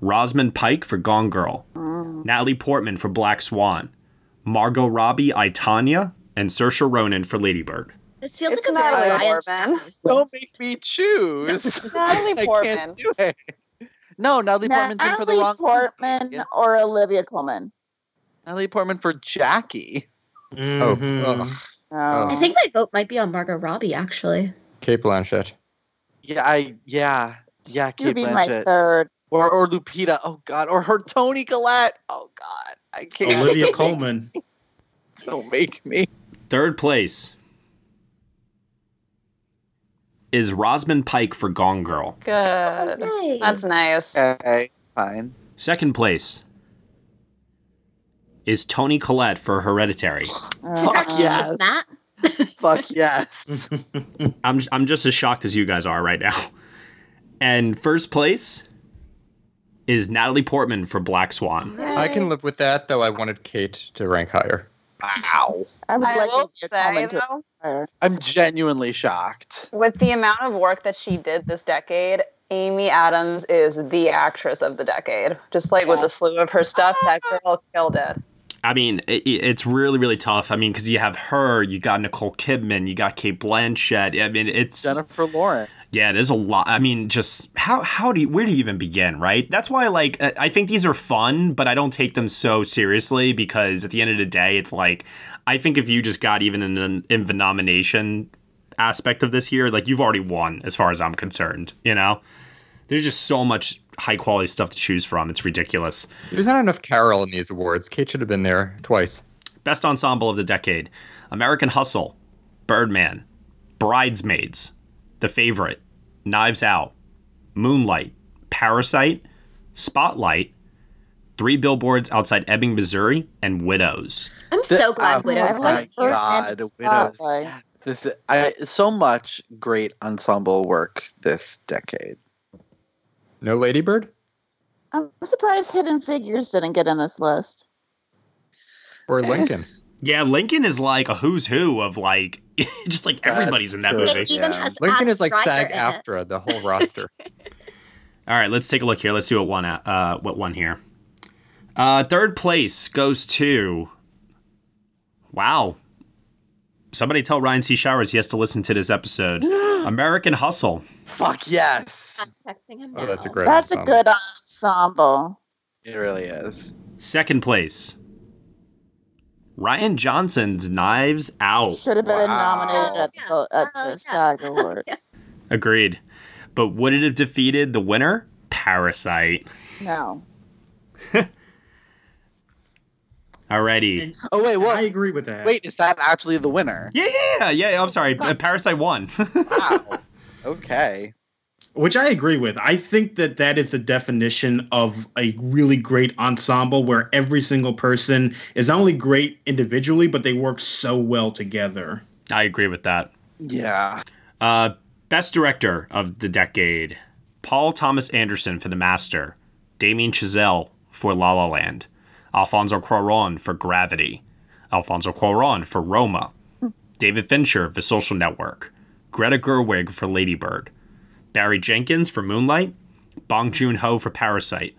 I: Rosamund Pike for Gone Girl, Natalie Portman for Black Swan, Margot Robbie, I Tanya, and Saoirse Ronan for Ladybird.
B: This feels
K: It's
B: like a very
K: Natalie
B: Ryan
K: Portman.
G: Don't make me choose.
K: Natalie
G: I
K: Portman.
G: can't do it. No, Natalie Portman's in for the wrong.
H: Portman or Olivia Colman.
G: Natalie Portman for Jackie. Oh, ugh.
B: I think my vote might be on Margot Robbie actually.
C: Kate Blanchett.
G: Yeah, I yeah yeah. Kate
B: be my
G: Blanchett.
H: third.
G: Or or Lupita. Oh God. Or her Tony Collette. Oh God. I can't.
J: Olivia Coleman.
G: Don't make me.
I: Third place is Rosamund Pike for Gone Girl.
K: Good. That's nice.
G: Okay, fine.
I: Second place is Tony Collette for Hereditary.
G: Fuck yes. Fuck yes.
I: I'm I'm just as shocked as you guys are right now. And first place is Natalie Portman for Black Swan.
C: I can live with that, though I wanted Kate to rank higher.
G: Wow.
H: I would
K: I
H: like
K: will
H: Olivia
K: say
H: Colman to.
K: though,
G: I'm genuinely shocked.
K: with the amount of work that she did this decade, Amy Adams is the actress of the decade. Just like with the slew of her stuff, that girl killed it.
I: I mean, it, it- it's really really tough. I mean, because you have her, you got Nicole Kidman, you got Kate Blanchett. I mean, it's
G: Jennifer Lawrence.
I: Yeah, there's a lot. I mean, just how how do you where do you even begin, right? That's why like I I think these are fun, but I don't take them so seriously because at the end of the day, it's like I think if you just got even in an in the nomination aspect of this year, like you've already won as far as I'm concerned. You know, there's just so much high quality stuff to choose from. It's ridiculous.
C: There's not enough Carol in these awards. Kate should have been there twice.
I: Best ensemble of the decade: American Hustle, Birdman, Bridesmaids, The Favorite, Knives Out, Moonlight, Parasite, Spotlight, Three Billboards Outside Ebbing, Missouri, and Widows.
B: I'm so glad Widows
G: Oh
B: got
G: my
B: it.
G: God, Widows. This I so much great ensemble work this decade.
C: No Ladybird?
H: I'm surprised Hidden Figures didn't get in this list.
C: Or Lincoln?
I: Yeah, Lincoln is like a who's who of like just like everybody's in that
C: true.
I: movie.
C: It even Yeah. has Lincoln is like Adam Driver in it. SAG-AFTRA,
I: the whole roster. All right, let's take a look here. Let's see what one uh what one here. Uh third place goes to Wow. Somebody tell Ryan C. Showers he has to listen to this episode. American Hustle.
G: Fuck yes.
I: Oh, that's a great
H: That's a good ensemble.
G: It really is.
I: Second place. Ryan Johnson's Knives Out.
H: Should have been nominated at the, at the SAG Awards.
I: Agreed. But would it have defeated the winner? Parasite.
H: No.
I: Alrighty.
G: Oh wait, what? I
J: agree with that.
G: Wait, is that actually the winner?
I: Yeah, yeah, yeah. yeah I'm sorry. Uh, Parasite won.
G: Okay.
J: Which I agree with. I think that that is the definition of a really great ensemble where every single person is not only great individually, but they work so well together.
I: I agree with that.
G: Yeah.
I: Uh, best director of the decade: Paul Thomas Anderson for The Master, Damien Chazelle for La La Land, Alfonso Cuarón for Gravity, Alfonso Cuarón for Roma, David Fincher for Social Network, Greta Gerwig for Ladybird, Barry Jenkins for Moonlight, Bong Joon Ho for Parasite,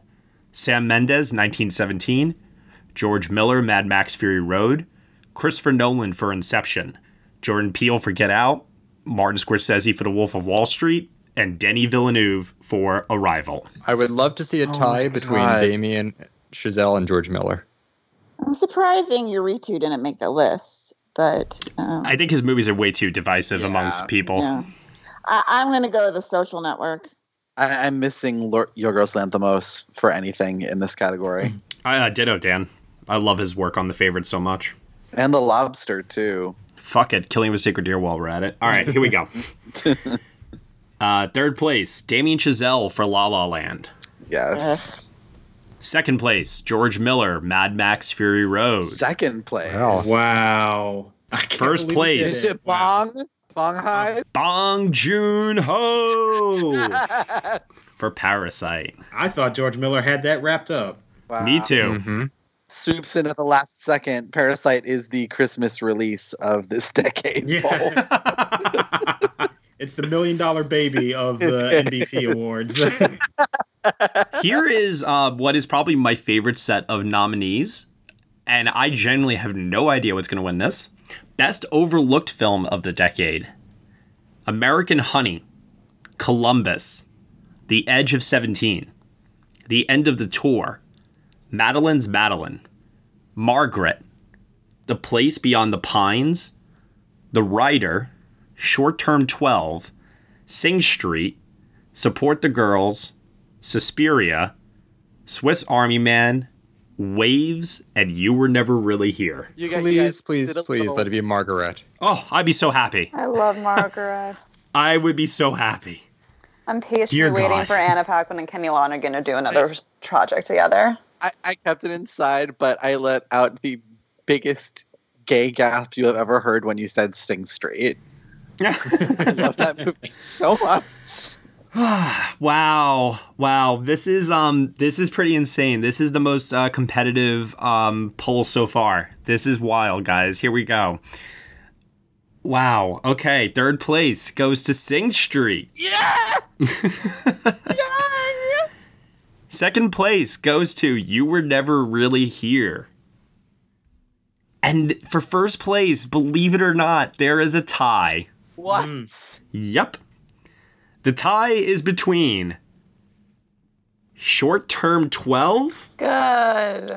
I: Sam Mendes 1917, George Miller Mad Max Fury Road, Christopher Nolan for Inception, Jordan Peele for Get Out, Martin Scorsese for The Wolf of Wall Street, and Denny Villeneuve for Arrival.
C: I would love to see a
I: Oh
C: tie
I: my
C: between
I: God.
C: Damien Chazelle and George Miller.
H: I'm surprising Uritu didn't make the list. but um,
I: I think his movies are way too divisive amongst people.
H: yeah. I, I'm going to go with the social network.
G: I, I'm missing Lor- Yorgos Lanthimos for anything in this category,
I: I uh, ditto Dan. I love his work on The Favorite so much.
G: and The Lobster too.
I: Fuck it, killing of a sacred deer while we're at it. All right, here we go. uh, third place, Damien Chazelle for La La Land.
G: Yes.
I: Second place, George Miller, Mad Max Fury Road.
G: Second place.
I: Wow. First
G: Is
I: place,
G: it Bong? Bong High?
I: Uh, Bong Joon Ho for Parasite.
J: I thought George Miller had that wrapped up.
I: Me too.
G: Swoops in at the last second. Parasite is the Christmas release of this decade. Paul.
J: It's the million dollar baby of the MVP awards.
I: Here is uh, what is probably my favorite set of nominees, and I genuinely have no idea what's going to win this. Best overlooked film of the decade American Honey, Columbus, The Edge of 17, The End of the Tour, Madeline's Madeline, Margaret, The Place Beyond the Pines, The Rider, Short Term 12, Sing Street, Support the Girls, Suspiria, Swiss Army Man, Waves, and You Were Never Really Here.
C: please, please, please, let it be Margaret.
I: Oh, I'd be so happy.
K: I love Margaret.
I: I would be so happy.
K: I'm patiently
I: Dear
K: waiting
I: God.
K: for Anna Paquin and Kenny Lonergan to do another project together.
G: I, I kept it inside, but I let out the biggest gay gasp you have ever heard when you said Sting Street. I love that movie so much.
I: wow, wow. This is um this is pretty insane. This is the most uh, competitive um poll so far. This is wild, guys. Here we go. Wow. Okay, third place goes to Sing Street. Second place goes to You Were Never Really Here. And for first place, believe it or not, there is a tie.
G: What?
I: Yep. The tie is between Short Term 12
H: Good.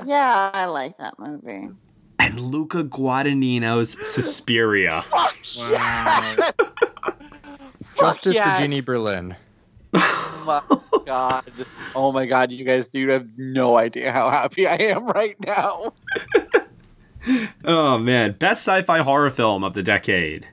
H: Yeah, I like that movie.
I: and Luca Guadagnino's Suspiria.
G: Wow.
C: Justice
G: yes.
C: for Jeannie Berlin.
G: Oh my god. Oh my god, you guys do have no idea how happy I am right now.
I: Oh man, best sci-fi horror film of the decade.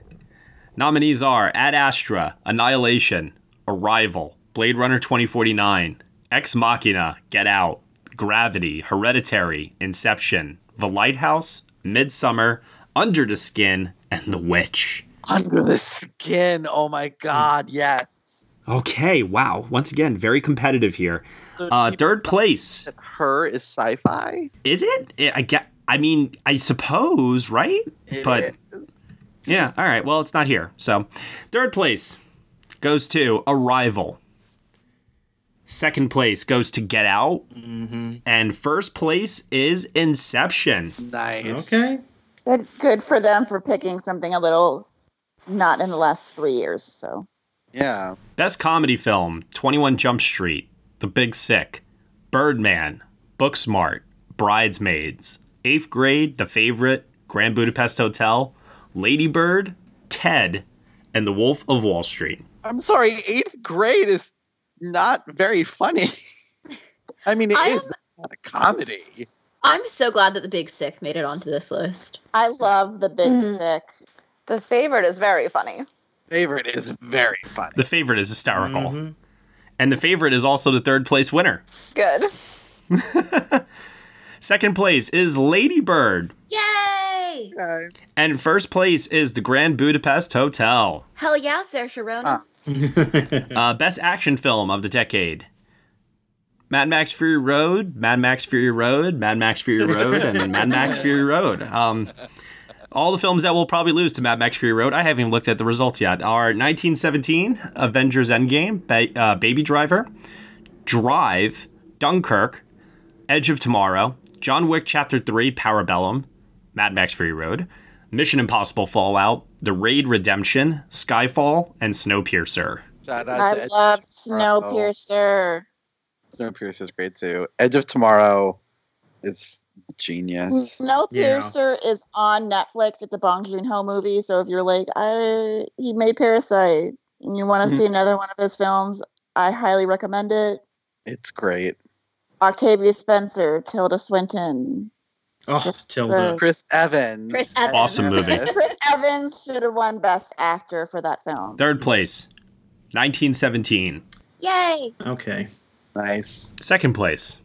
I: Nominees are Ad Astra, Annihilation, Arrival, Blade Runner 2049, Ex Machina, Get Out, Gravity, Hereditary, Inception, The Lighthouse, Midsummer, Under the Skin, and The Witch.
G: Under the skin. Oh my god, yes.
I: Okay, wow. Once again, very competitive here. Uh, third place.
G: Her is sci-fi.
I: Is it? I- I get. I mean, I suppose, right? But yeah. All right. Well, it's not here. So, third place goes to Arrival. Second place goes to Get Out,
G: Mm-hmm.
B: Mm-hmm.
I: and first place is Inception.
G: Nice.
J: Okay.
H: Good, good for them for picking something a little not in the last three years. So
G: Yeah.
I: Best comedy film: Twenty One Jump Street, The Big Sick, Birdman, Booksmart, Bridesmaids, Eighth Grade, The Favorite, Grand Budapest Hotel, Ladybird, Ted, and The Wolf of Wall Street.
G: I'm sorry, eighth grade is not very funny. I mean, it is not a comedy.
B: I'm so glad that The Big Sick made it onto this list. Mm-hmm.
H: I love The Big Sick.
K: The favorite is very funny.
G: Favorite is very funny.
I: The favorite is hysterical. And the favorite is also the third place winner.
K: Good.
I: Second place is Ladybird.
B: Yay!
I: And first place is the Grand Budapest Hotel.
B: Hell yeah, Sarah Sharona.
I: uh, best action film of the decade. Mad Max Fury Road, Mad Max Fury Road, Mad Max Fury Road, and Mad Max Fury Road. Um, all the films that will probably lose to Mad Max Fury Road, I haven't even looked at the results yet, are 1917, Avengers Endgame, ba- uh, Baby Driver, Drive, Dunkirk, Edge of Tomorrow, John Wick Chapter 3, Parabellum, Mad Max Fury Road, Mission Impossible Fallout, The Raid Redemption, Skyfall, and Snowpiercer.
G: Shout out to
H: I
G: Edge
H: love
G: Tomorrow.
H: Snowpiercer.
G: Snowpiercer is great too. Edge of Tomorrow is genius.
H: Snowpiercer is on Netflix. It's a Bong Joon Ho movie. So if you're like, I he made Parasite, and you want to see another one of his films, I highly recommend it.
G: It's great.
H: Octavia Spencer, Tilda Swinton.
J: Oh, Tilda.
G: Chris Evans.
H: Chris Evans.
I: Awesome movie.
H: Chris Evans should have won Best Actor for that film.
I: Third place, 1917.
B: Yay!
J: Okay.
G: Nice.
I: Second place,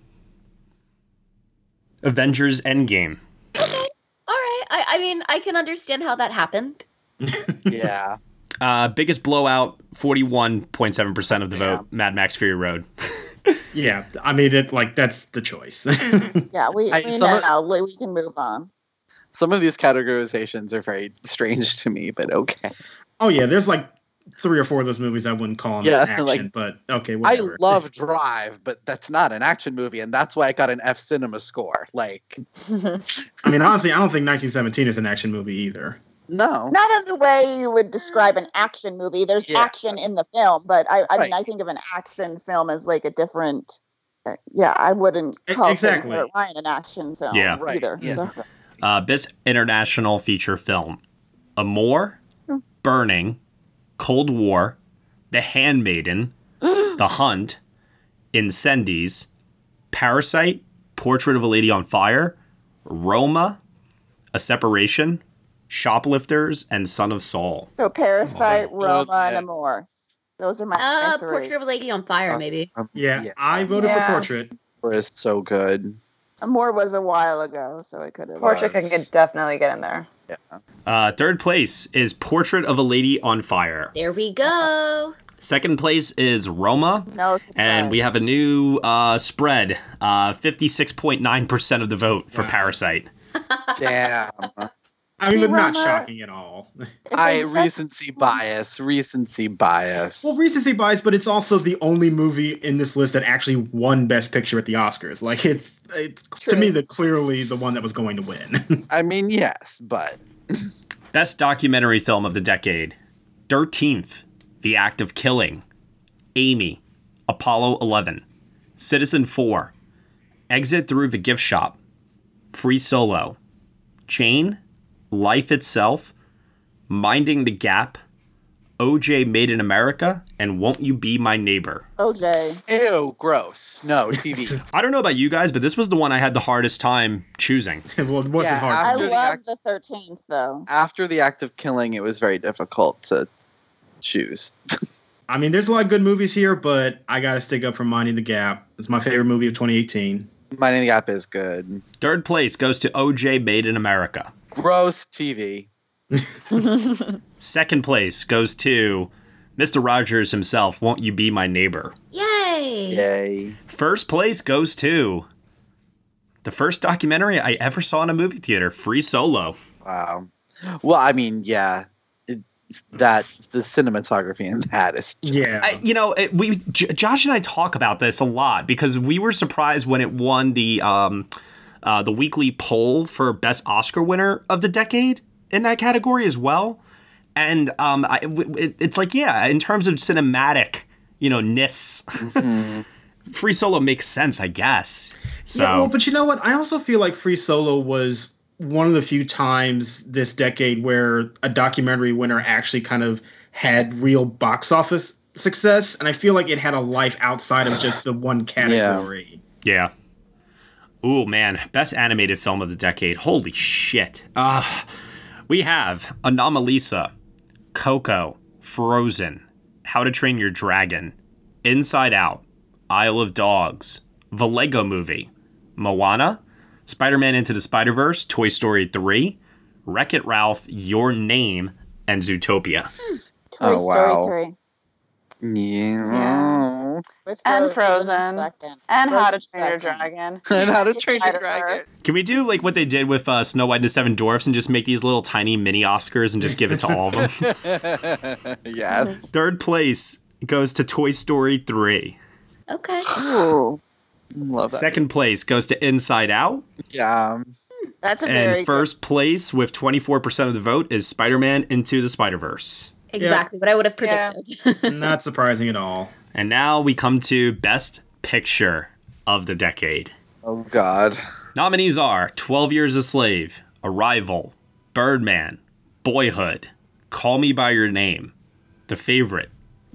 I: Avengers Endgame.
B: All right. I, I mean, I can understand how that happened.
G: Yeah.
I: Uh, biggest blowout, 41.7% of the vote, Mad Max Fury Road.
J: yeah, I mean, it like that's the choice.
H: Yeah, we,
G: I-
H: we
G: some-
H: know. We- we can move on.
G: Some of these categorizations are very strange to me, but okay.
J: oh yeah, there's like three or four of those movies I wouldn't call them
G: Yeah,
J: action,
G: like-
J: but okay,
G: I
J: whatever.
G: love Drive, but that's not an action movie, and that's why I got an F cinema score. Like,
J: I mean, honestly, I don't think 1917 is an action movie either.
G: no.
H: Not in the way you would describe an action movie. There's action in the film, but I, I mean, I think of an action film as like a different. uh, Yeah, I wouldn't
J: E-
H: call
I: exactly.
H: Saving Private Ryan an action film
I: Yeah. Right,
H: either. so.
I: Uh, best international feature film: Amour, Burning, Cold War, The Handmaiden, The Hunt, Incendies, Parasite, Portrait of a Lady on Fire, Roma, A Separation, Shoplifters, and Son of Saul.
H: So Parasite, Roma,
I: that-
H: and Amour. Those are my
B: Uh,
H: three.
B: Portrait of a Lady on Fire, maybe.
J: Yeah, I
H: voted for Yes. Portrait.
G: It Um, is so good.
H: Amour was a while ago, so it could have.
K: Portrait can get, definitely get in there.
I: Uh, third place is Portrait of a Lady on Fire.
B: There we go.
I: Second place is Roma.
H: No,
I: And we have a new uh, spread uh, 56.9% of the vote for Parasite.
G: Damn.
J: I mean, but not shocking at all.
G: I recency bias, recency bias.
J: Well, recency bias, but it's also the only movie in this list that actually won Best Picture at the Oscars. Like it's it's to me the clearly the one that was going to win.
G: I mean, yes, but
I: Best documentary film of the decade 13th, The Act of Killing, Amy, Apollo 11, Citizen 4, Exit Through the Gift Shop, Free Solo, Chain, Life Itself, Minding the Gap, OJ Made in America, and Won't You Be My Neighbor.
H: OJ.
G: Ew, gross. No, TV.
I: I don't know about you guys, but this was the one I had the hardest time choosing.
J: well, it
G: wasn't Yeah, hard.
H: I
G: after the
H: love the thirteenth though.
G: After the act of killing, it was very difficult to choose.
J: I mean, there's a lot of good movies here, but I gotta stick up for Minding the Gap. It's my favorite movie of 2018.
G: Minding the Gap is good.
I: Third place goes to OJ Made in America.
G: Gross TV.
I: Second place goes to Mr. Rogers himself, Won't You Be My Neighbor?
B: Yay.
G: Yay.
I: First place goes to the first documentary I ever saw in a movie theater, Free Solo.
G: Wow. Well, I mean, yeah, it, that the cinematography in that is
J: yeah.
I: I, you know, it, we J- Josh and I talk about this a lot because we were surprised when it won the um, uh, the weekly poll for best Oscar winner of the decade in that category as well. And um, I, w- it, it's like, yeah, in terms of cinematic, you know, ness, Free Solo makes sense, I guess. So
J: Yeah, well, but you know what? I also feel like Free Solo was one of the few times this decade where a documentary winner actually kind of had real box office success, and I feel like it had a life outside of just the one category.
I: Yeah. Ooh, man. Best animated film of the decade. Holy shit. Uh, we have Anomalisa, Coco, Frozen, How to Train Your Dragon, Inside Out, Isle of Dogs, The Lego Movie, Moana, Spider Man Into the Spider Verse, Toy Story 3, Wreck It Ralph, Your Name, and Zootopia.
H: Hmm. Toy
I: Oh,
H: Story
I: wow. Mm.
H: three.
G: Yeah.
H: With
K: And
H: Frozen.
K: And How to
H: Frozen
K: Train Your
H: second.
K: Dragon.
G: And How to Train Your
K: Dragon.
I: Can we do like what they did with uh, Snow White and the Seven Dwarfs and just make these little tiny mini Oscars and just give it to all of them?
G: yeah.
I: Third place goes to Toy Story 3.
B: Okay.
G: Love that.
I: Second place goes to Inside Out.
G: Yeah. um,
H: Hmm, That's a very
I: And first place with 24% of the vote is Spider Man Into the Spider Verse.
B: Exactly what I would have predicted.
J: Not surprising at all.
I: And now we come to Best Picture of the Decade.
G: Oh, God.
I: Nominees are 12 Years a Slave, Arrival, Birdman, Boyhood, Call Me By Your Name, The Favorite,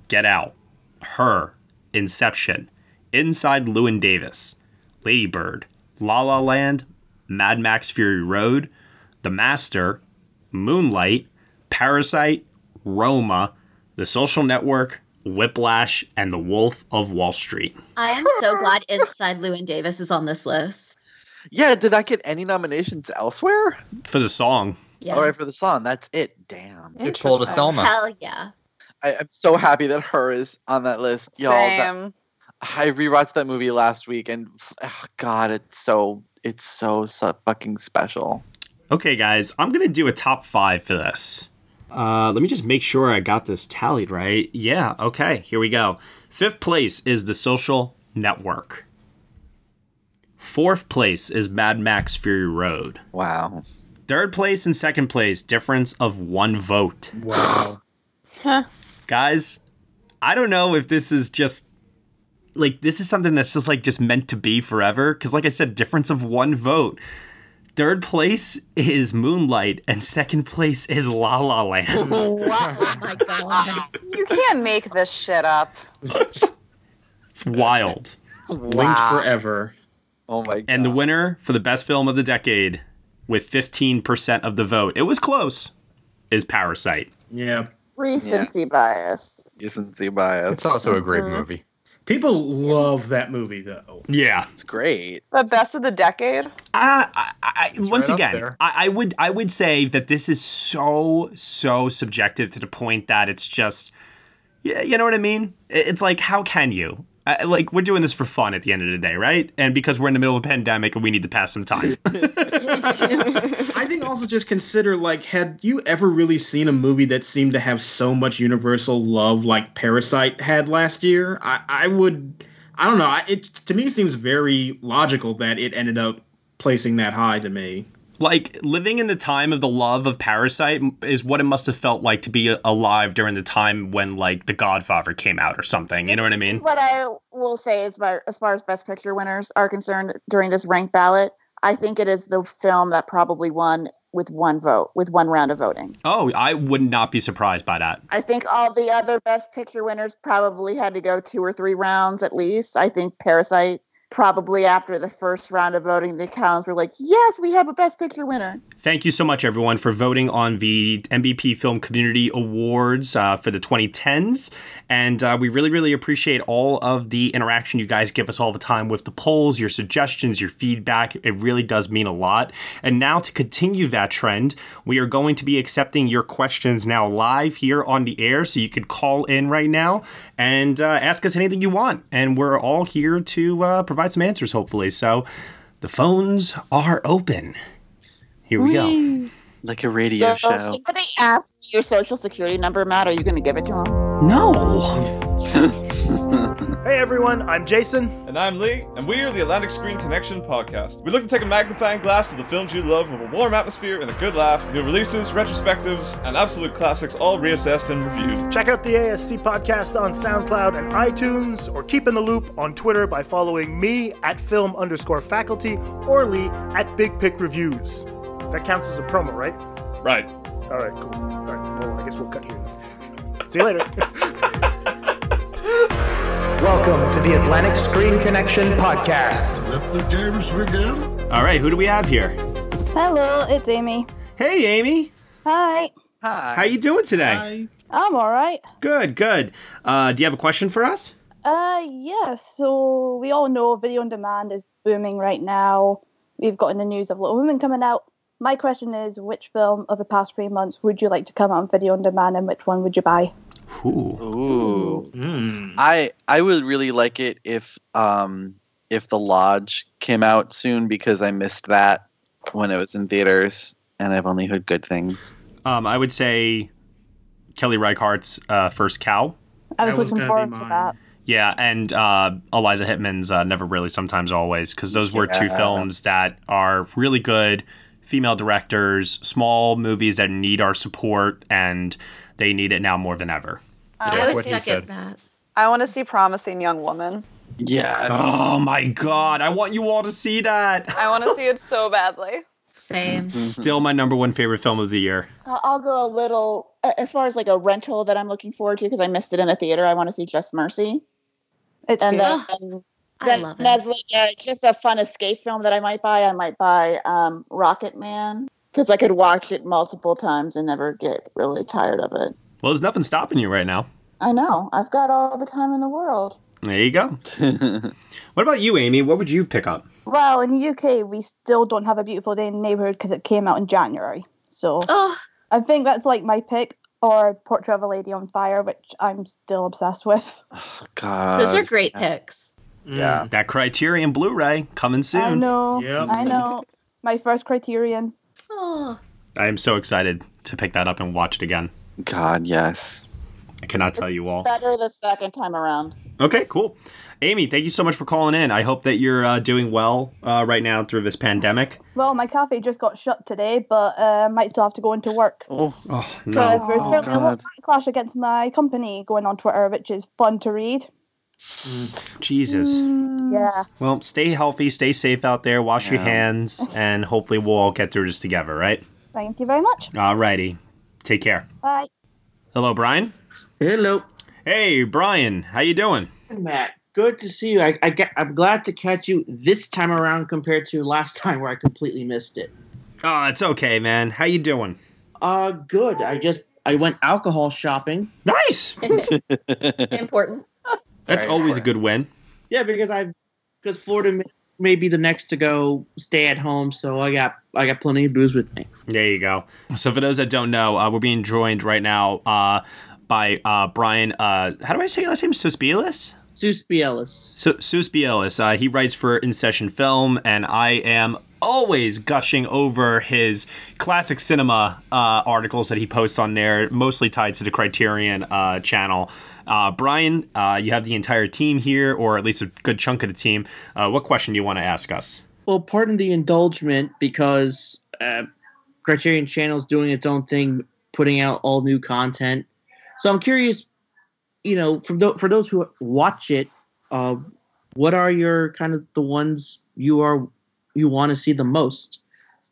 I: Get Out, Her, Inception, Inside Lewin Davis, Ladybird, La La Land, Mad Max Fury Road, The Master, Moonlight, Parasite, Roma, The Social Network, Whiplash, and The Wolf of Wall Street.
B: I am so glad Inside Lewin Davis is on this list.
G: Yeah, did I get any nominations elsewhere?
I: For the song.
B: Yeah.
G: All right, for the song. That's it. Damn.
B: Interesting. Hell yeah.
G: I, I'm so happy that her is on that list, y'all. that-
K: Same.
G: I rewatched that movie last week, and oh, God, it's so it's so, so fucking special.
I: Okay, guys, I'm gonna do a top five for this. Uh, let me just make sure I got this tallied right. Yeah, okay, here we go. Fifth place is The Social Network. Fourth place is Mad Max Fury Road.
G: Wow.
I: Third place and second place, difference of one vote.
J: Wow.
I: Guys, I don't know if this is just like this is something that's just like just meant to be forever. Cause like I said, difference of one vote. Third place is Moonlight, and second place is La La Land.
K: oh my god. You can't make this shit up.
I: It's wild.
K: Linked
J: forever.
G: Oh my god.
I: And the winner for the best film of the decade with 15% of the vote. It was close. Is Parasite.
J: Yeah.
H: Recency bias.
G: Recency bias.
C: It's also a great
H: Mhm.
C: movie.
J: People love that movie though.
I: Yeah.
G: It's great.
K: The best of the decade?
I: Ah, I, I, I, once
J: right up
I: again,
J: there.
I: I, I would I would say that this is so so subjective to the point that it's just, yeah, you know what I mean. I- It's like how can you? I, like we're doing this for fun at the end of the day, right? And because we're in the middle of a pandemic and we need to pass some time.
J: I think also just consider like, had you ever really seen a movie that seemed to have so much universal love like Parasite had last year? I, I would, I don't know. I, it to me seems very logical that it ended up placing that high to me.
I: like living in the time of the love of Parasite m- is what it must have felt like to be a- alive during the time when like The Godfather came out or something. You know what I mean?
H: What I will say is, by, as far as Best Picture winners are concerned, during this ranked ballot, I think it is the film that probably won with one vote, with one round of voting.
I: Oh, I would not be surprised by that.
H: I think all the other Best Picture winners probably had to go two or three rounds at least. I think Parasite probably after the first round of voting, the Collins were like, "Yes, we have a Best Picture winner."
I: Thank you so much, everyone, for voting on the MVP Film Community Awards uh, for the 2010s. And uh, we really, really appreciate all of the interaction you guys give us all the time with the polls, your suggestions, your feedback. It really does mean a lot. And now, to continue that trend, we are going to be accepting your questions now live here on the air. So you could call in right now and uh, ask us anything you want. And we're all here to uh, provide some answers, hopefully. So the phones are open. Here we go.
G: Like a radio
H: so if somebody asks your social security number, Matt, are you going to give it to them?
I: No.
P: Hey everyone, I'm Jason.
Q: And I'm Lee, and we are the Atlantic Screen Connection podcast. We look to take a magnifying glass to the films you love with a warm atmosphere and a good laugh, new releases, retrospectives, and absolute classics all reassessed and reviewed.
P: Check out the ASC podcast on SoundCloud and iTunes, or keep in the loop on Twitter by following me at film underscore faculty or Lee at Big Pick Reviews. That counts as a promo, right?
Q: Right.
P: All right, cool. All right, well, I guess we'll cut here. See you later.
R: Welcome to the Atlantic Screen Connection podcast.
S: Let the games begin.
I: All right, who do we have here?
T: Hello, it's Amy.
I: Hey, Amy.
T: Hi.
G: Hi.
I: How you doing today?
T: I'm all right.
I: Good, good. Uh, do you have a question for us?
T: Uh, yeah. So we all know video on demand is booming right now. We've gotten the news of Little Women coming out. My question is, which film of the past three months would you like to come out on video on demand, and which one would you buy?
G: Ooh. I I would really like it if um if the lodge came out soon because I missed that when it was in theaters and I've only heard good things.
I: Um, I would say Kelly Reichardt's uh, First Cow.
T: I was looking forward to that.
I: Yeah, and uh, Eliza Hittman's uh, Never Really, Sometimes Always, because those were two
T: Yeah.
I: films that are really good female directors, small movies that need our support, and they need it now more than ever.
K: I
I: that.
K: I want to see Promising Young Woman.
G: Yeah.
I: Oh my god, I want you all to see that.
K: I want to see it so badly.
B: Same.
I: Still my number one favorite film of the year.
H: I'll Mm-hmm. Uh, I'll go a little a- as far as like a rental that I'm looking forward to because I missed it in the theater. I want to see Just Mercy. and then, um, then
B: love it.
H: that's like a, just a fun escape film that I might buy. I might buy um, Rocket Man because I could watch it multiple times and never get really tired of it.
I: Well, there's nothing stopping you right now.
H: I know. I've got all the time in the world.
I: There you go. what about you, Amy? What would you pick up?
T: Well, in the UK, we still don't have a beautiful day in the neighborhood because it came out in January. So I think that's like my pick or Portrait of a Lady on Fire, which I'm still obsessed with.
H: Uh,
G: God.
T: Those are great picks.
G: Yeah.
I: Mm. That Criterion Blu-ray coming soon.
T: I know. I know. My first Criterion.
B: Oh.
I: I am so excited to pick that up and watch it again.
G: God, yes.
I: I cannot tell you all.
H: Better the second time around.
I: Okay, cool. Amy, thank you so much for calling in. I hope that you're uh, doing well uh, right now through this pandemic.
T: Well, my cafe just got shut today, but uh, might still have to go into work.
G: Oh,
T: Because
I: no. Oh,
T: there's currently a whole backlash against my company going on Twitter, which is fun to read.
I: Jesus.
T: Yeah.
I: Well, stay healthy, stay safe out there, wash your
T: Yeah.
I: hands, and hopefully we'll all get through this together, right?
T: Thank you very much.
I: Alrighty. Take care.
T: Bye.
I: Hello, Brian.
S: Hello.
I: Hey, Brian. How you doing?
S: Matt, good to see you. I, I get, I'm glad to catch you this time around compared to last time where I completely missed it.
I: Oh, it's okay, man. How you doing?
S: Uh, good. I just I went alcohol shopping.
I: Nice.
B: Important.
I: That's always a good win.
S: Yeah, because I because Florida may, may be the next to go stay at home, so I got I got plenty of booze with me.
I: There you go. So for those that don't know, uh, we're being joined right now uh, by uh, Brian. Uh, how do I say your last name? Suspielis.
S: Suspielis.
I: Su- Suspielis. Uh, he writes for In Session Film, and I am always gushing over his classic cinema uh, articles that he posts on there, mostly tied to the Criterion uh, channel. Uh, Brian, uh, you have the entire team here, or at least a good chunk of the team. Uh, what question do you want to ask us?
S: Well, pardon the indulgement because uh, Criterion Channel's doing its own thing, putting out all new content. So I'm curious, you know, from tho- for those who watch it, uh, what are your kind of the ones you are you want to see the most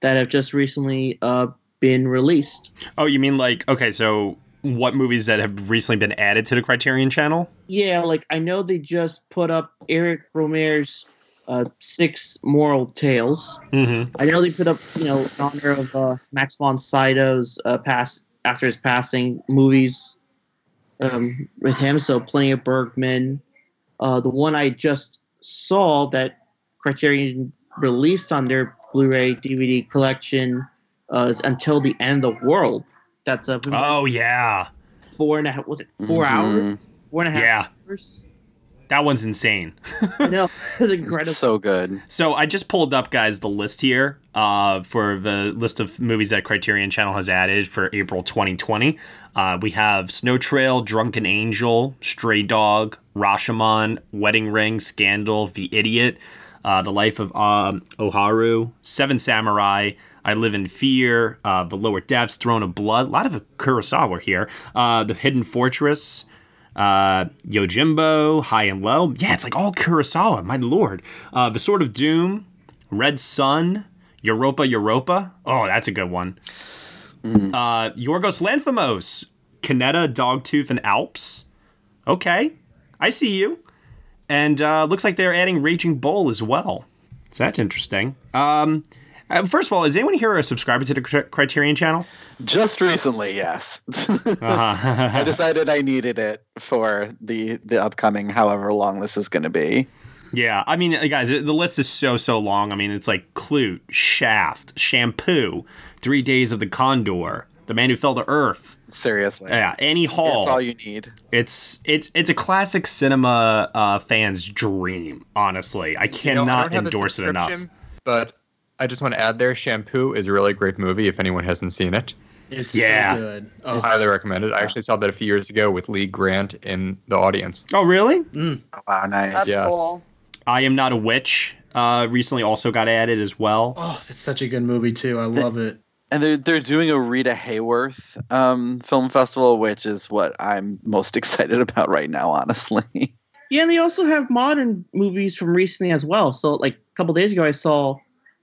S: that have just recently uh, been released?
I: Oh, you mean like okay, so what movies that have recently been added to the Criterion channel?
S: Yeah, like I know they just put up Eric Romere's uh, six moral tales.
I: Mm-hmm.
S: I know they put up, you know, in honor of uh, Max von Sydow's uh, pass after his passing movies um, with him. So plenty of Bergman. Uh, the one I just saw that Criterion released on their Blu-ray DVD collection uh, is Until the End of the World. That's a
I: Oh yeah,
S: four and a half. Was it 4
I: Mm-hmm.
S: hours? Four and a half.
I: Yeah.
S: hours?
I: That one's insane.
S: no, it's incredible.
G: so good.
I: So I just pulled up, guys, the list here uh, for the list of movies that Criterion Channel has added for April 2020. Uh, we have Snow Trail, Drunken Angel, Stray Dog, Rashomon, Wedding Ring, Scandal, The Idiot, uh, The Life of um, Oharu, Seven Samurai, I Live in Fear, uh, The Lower Depths, Throne of Blood. A lot of Kurosawa here. Uh, the Hidden Fortress uh, Yojimbo, High and Low. Yeah, it's like all Kurosawa, my lord. Uh, the Sword of Doom, Red Sun, Europa Europa. Oh, that's a good one.
G: Mm.
I: Uh, Yorgos Lanthimos, Kaneda, Dogtooth, and Alps. Okay, I see you. And uh, looks like they're adding Raging Bull as well. So that's interesting. Um, uh, first of all, is anyone here a subscriber to the Cri- Criterion channel? Uh-huh.
G: Just recently, yes. I decided I needed it for the the upcoming however long this is going to be.
I: Yeah, I mean, uh, guys, the list is so so long. I mean, it's like Clute, Shaft, Shampoo, Three Days of the Condor, The Man Who Fell to Earth.
G: Seriously.
I: Yeah, Annie Hall.
G: It's all you need.
I: It's it's it's a classic cinema uh, fan's dream. Honestly,
C: You know,
I: I
C: I
I: cannot
C: don't have the
I: endorse it enough.
C: subscription, But I just want to add there, Shampoo is a really great movie if anyone hasn't seen it.
J: It's
I: so Yeah. good.
J: Oh,
C: highly recommend it. I actually saw that a few years ago with Lee Grant in the audience.
I: Oh, really?
J: Mm.
G: Wow, nice.
C: That's Yes. cool.
I: I am not a witch. Uh, recently, also got added as well.
J: Oh, that's such a good movie too. I love it.
G: And they're they're doing a Rita Hayworth um, film festival, which is what I'm most excited about right now, honestly.
S: Yeah, and they also have modern movies from recently as well. So, like a couple days ago, I saw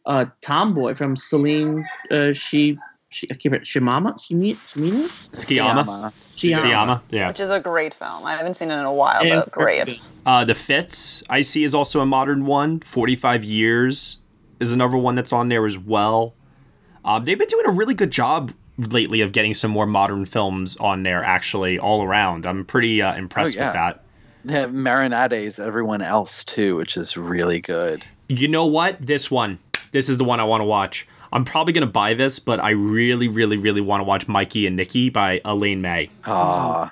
S: uh, Tomboy from Celine. Uh, she, she, I keep it Shimama, Shimi- Shimina,
I: Skiyama. Skiyama, yeah.
K: Which is a great film. I haven't seen it in a while,
I: Yeah,
K: but great.
I: Uh, the Fits I see is also a modern one. Forty Five Years is another one that's on there as well. Um, they've been doing a really good job lately of getting some more modern films on there. Actually, all around, I'm pretty uh, impressed
G: yeah.
I: with that.
G: They have Marinades, everyone else too, which is really good.
I: You know what? This one, this is the one I want to watch. I'm probably gonna buy this, but I really, really, really want to watch Mikey and Nikki by Elaine May.
G: Ah,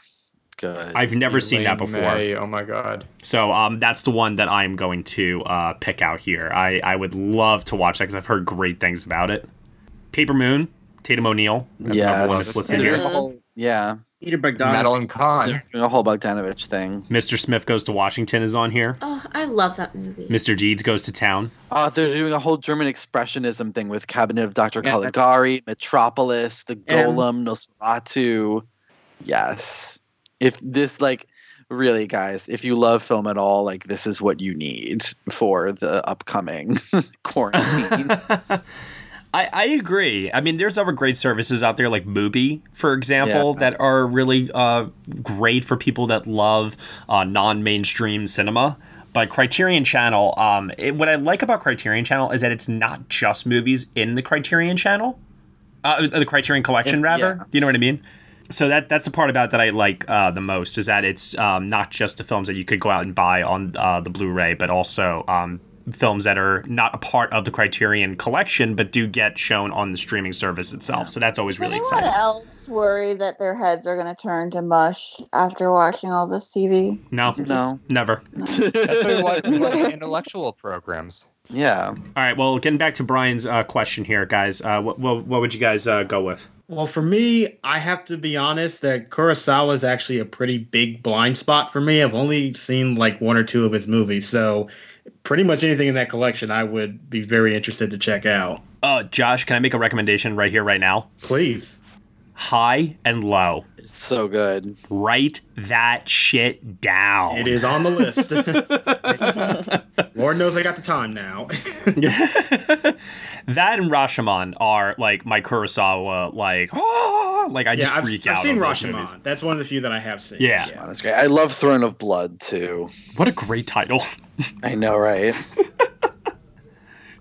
G: good.
I: I've never seen that
C: Elaine
I: before.
C: May, oh my god.
I: So um, that's the one that I'm going to uh, pick out here. I, I would love to watch that because I've heard great things about it. Paper Moon, Tatum O'Neill. That's another one that's listed
G: There's
I: here.
G: a whole- Yeah.
S: Peter
G: Bogdanovich.
I: Madeline Kahn.
G: The whole Bogdanovich thing.
I: Mr. Smith Goes to Washington is on here.
B: Oh, I love that movie.
I: Mr. Deeds Goes to Town.
G: Uh, they're doing a whole German Expressionism thing with Cabinet of Dr. Caligari, Metropolis, The
S: Yeah.
G: Golem, Nosferatu. Yes. If this, like, really, guys, if you love film at all, like, this is what you need for the upcoming quarantine.
I: I, I agree. I mean, there's other great services out there like Mubi, for example,
G: Yeah.
I: that are really uh, great for people that love uh, non-mainstream cinema. But Criterion Channel, um, it, what I like about Criterion Channel is that it's not just movies in the Criterion Channel, uh, the Criterion Collection,
S: Yeah.
I: rather. Do You know what I mean? So that that's the part about that I like uh, the most is that it's um, not just the films that you could go out and buy on uh, the Blu-ray, but also um, films that are not a part of the Criterion collection, but do get shown on the streaming service itself. So that's always really
H: Anyone
I: exciting.
H: else worried that their heads are going to turn to mush after watching all this TV?
I: No,
G: no,
I: never.
C: That's why we want, we want intellectual programs.
G: Yeah.
I: All right. Well, getting back to Brian's uh, question here, guys. Uh, what, what what would you guys uh, go with?
J: Well, for me, I have to be honest that Kurosawa is actually a pretty big blind spot for me. I've only seen like one or two of his movies, so pretty much anything in that collection I would be very interested to check out.
I: Uh, Josh, can I make a recommendation right here, right now?
J: Please.
I: High and low.
G: so good.
I: Write that shit down.
J: It is on the list. Lord knows I got the time now.
I: That and Rashomon are like my Kurosawa, like, like I just
J: I've,
I: freak
J: I've
I: out.
J: seen
I: on those
J: Rashomon.
I: movies.
J: That's one of the few that I have seen.
I: Yeah.
G: That's great. I love Throne of Blood, too.
I: What a great title.
G: I know, right?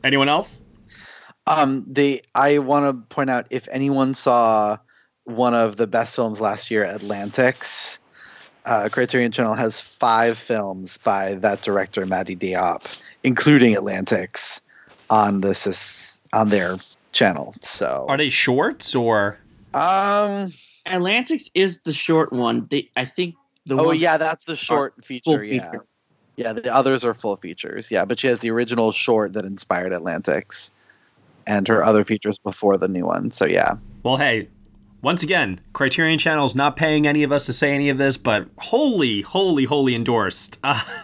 I: Anyone else?
G: Um, they. I want to point out if anyone saw one of the best films last year, Atlantics. Uh, Criterion Channel has five films by that director, Matty Diop, including Atlantics, on this is on their channel. So
I: Are they shorts or?
G: Um,
S: Atlantics is the short one. They, I think the
G: oh
S: ones-
G: yeah, that's the short
S: full
G: feature. Yeah,
S: feature.
G: yeah. The others are full features. Yeah, but she has the original short that inspired Atlantics, and her other features before the new one. So yeah.
I: Well, hey, once again, Criterion Channel's not paying any of us to say any of this, but holy, holy, holy endorsed.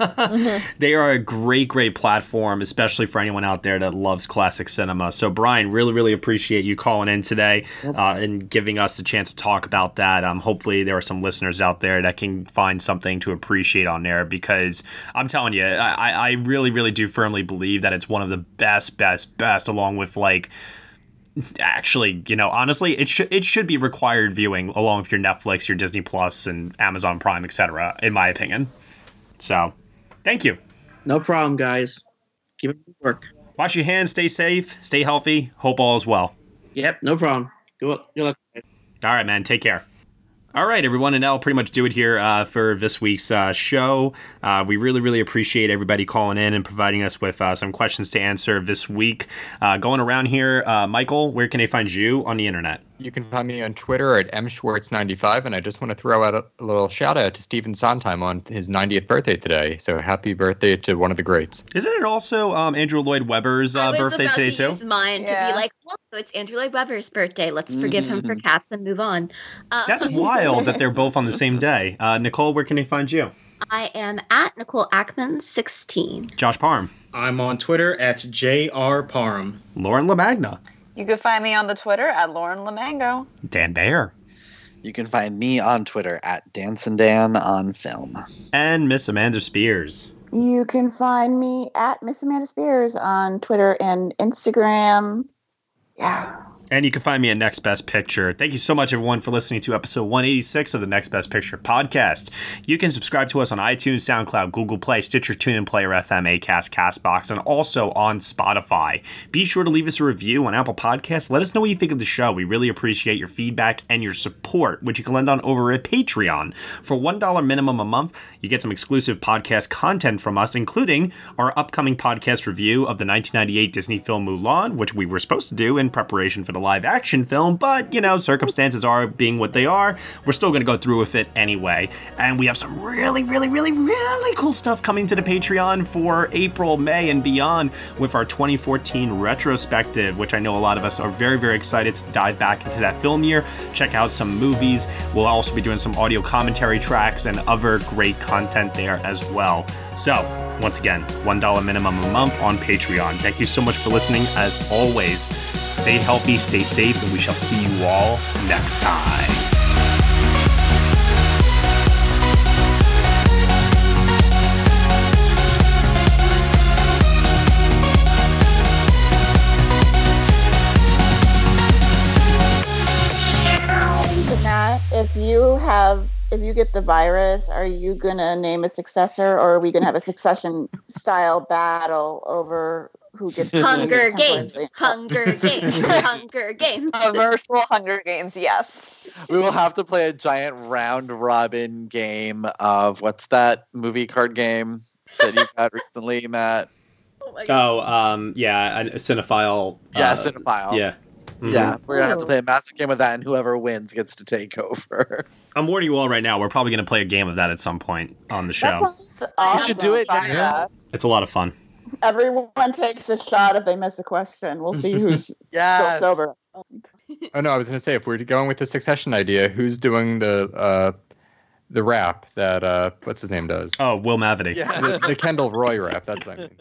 I: they are a great, great platform, especially for anyone out there that loves classic cinema. So, Brian, really, really appreciate you calling in today uh, and giving us the chance to talk about that. Um, hopefully, there are some listeners out there that can find something to appreciate on there because I'm telling you, I, I I really, really do firmly believe that it's one of the best, best, best, along with like actually, you know, honestly, it should it should be required viewing along with your Netflix, your Disney Plus, and Amazon Prime, etc. In my opinion. So, thank you.
S: No problem, guys. Keep it work.
I: Wash your hands. Stay safe. Stay healthy. Hope all is well.
S: Yep, no problem. Good, good luck.
I: All right, man. Take care. All right, everyone, and that'll pretty much do it here uh, for this week's uh, show. Uh, we really, really appreciate everybody calling in and providing us with uh, some questions to answer this week. Uh, going around here, uh, Michael, where can they find you on the internet?
C: You can find me on Twitter at mschwartz95, and I just want to throw out a little shout out to Stephen Sondheim on his 90th birthday today. So happy birthday to one of the greats.
I: Isn't it also um, Andrew Lloyd Webber's uh,
B: I was
I: birthday
B: about
I: today
B: to
I: too?
B: Use mine to be like, well, it's Andrew Lloyd Webber's birthday. Let's forgive him for cats and move on. Uh,
I: Mm-hmm. That's wild that they're both on the same day. Uh, Nicole, where can they find you?
B: I am at Nicole Ackman sixteen.
I: Josh Parm.
J: I'm on Twitter at JR Parham.
I: Lauren LaMagna.
K: You can find me on the Twitter at Lauren Lamango.
I: Dan Bayer.
G: You can find me on Twitter at Dance and Dan on film.
I: And Miss Amanda Spears.
H: You can find me at Miss Amanda Spears on Twitter and Instagram. Yeah.
I: And you can find me at Next Best Picture. Thank you so much, everyone, for listening to episode 186 of the Next Best Picture podcast. You can subscribe to us on iTunes, SoundCloud, Google Play, Stitcher, TuneIn, Player FM, Acast, Castbox, and also on Spotify. Be sure to leave us a review on Apple Podcasts. Let us know what you think of the show. We really appreciate your feedback and your support, which you can lend on over at Patreon. For $1 minimum a month, you get some exclusive podcast content from us, including our upcoming podcast review of the 1998 Disney film Mulan, which we were supposed to do in preparation for the live action film, but you know, circumstances are being what they are. We're still going to go through with it anyway. And we have some really, really, really, really cool stuff coming to the Patreon for April, May, and beyond with our 2014 retrospective, which I know a lot of us are very, very excited to dive back into that film year, check out some movies. We'll also be doing some audio commentary tracks and other great content there as well. So, once again, $1 minimum a month on Patreon. Thank you so much for listening. As always, stay healthy, stay safe, and we shall see you all next time.
H: So Matt, if you have if you get the virus, are you gonna name a successor or are we gonna have a succession style battle over who gets to be
B: Hunger
H: the
B: Games,
H: temporary-
B: Hunger Games, Hunger Games.
K: Universal Hunger Games, yes.
G: We will have to play a giant round robin game of what's that movie card game that you got recently, Matt?
I: Oh, um, yeah, a cinephile. uh,
G: Yeah, cinephile.
I: Yeah. Mhm.
G: Yeah, we're gonna have to play a massive game of that, and whoever wins gets to take over.
I: I'm warning you all right now. We're probably going to play a game of that at some point on the show.
H: Awesome.
G: should do it
H: Fuck
G: now.
H: that.
I: It's a lot of fun.
H: Everyone takes a shot if they miss a question. We'll see who's
G: Yes.
H: still sober.
C: Oh no, I was gonna say if we're going with the succession idea, who's doing the uh, the rap that uh, what's his name does?
I: Oh, Will Mavity.
C: The, the Kendall Roy rap. That's what I mean.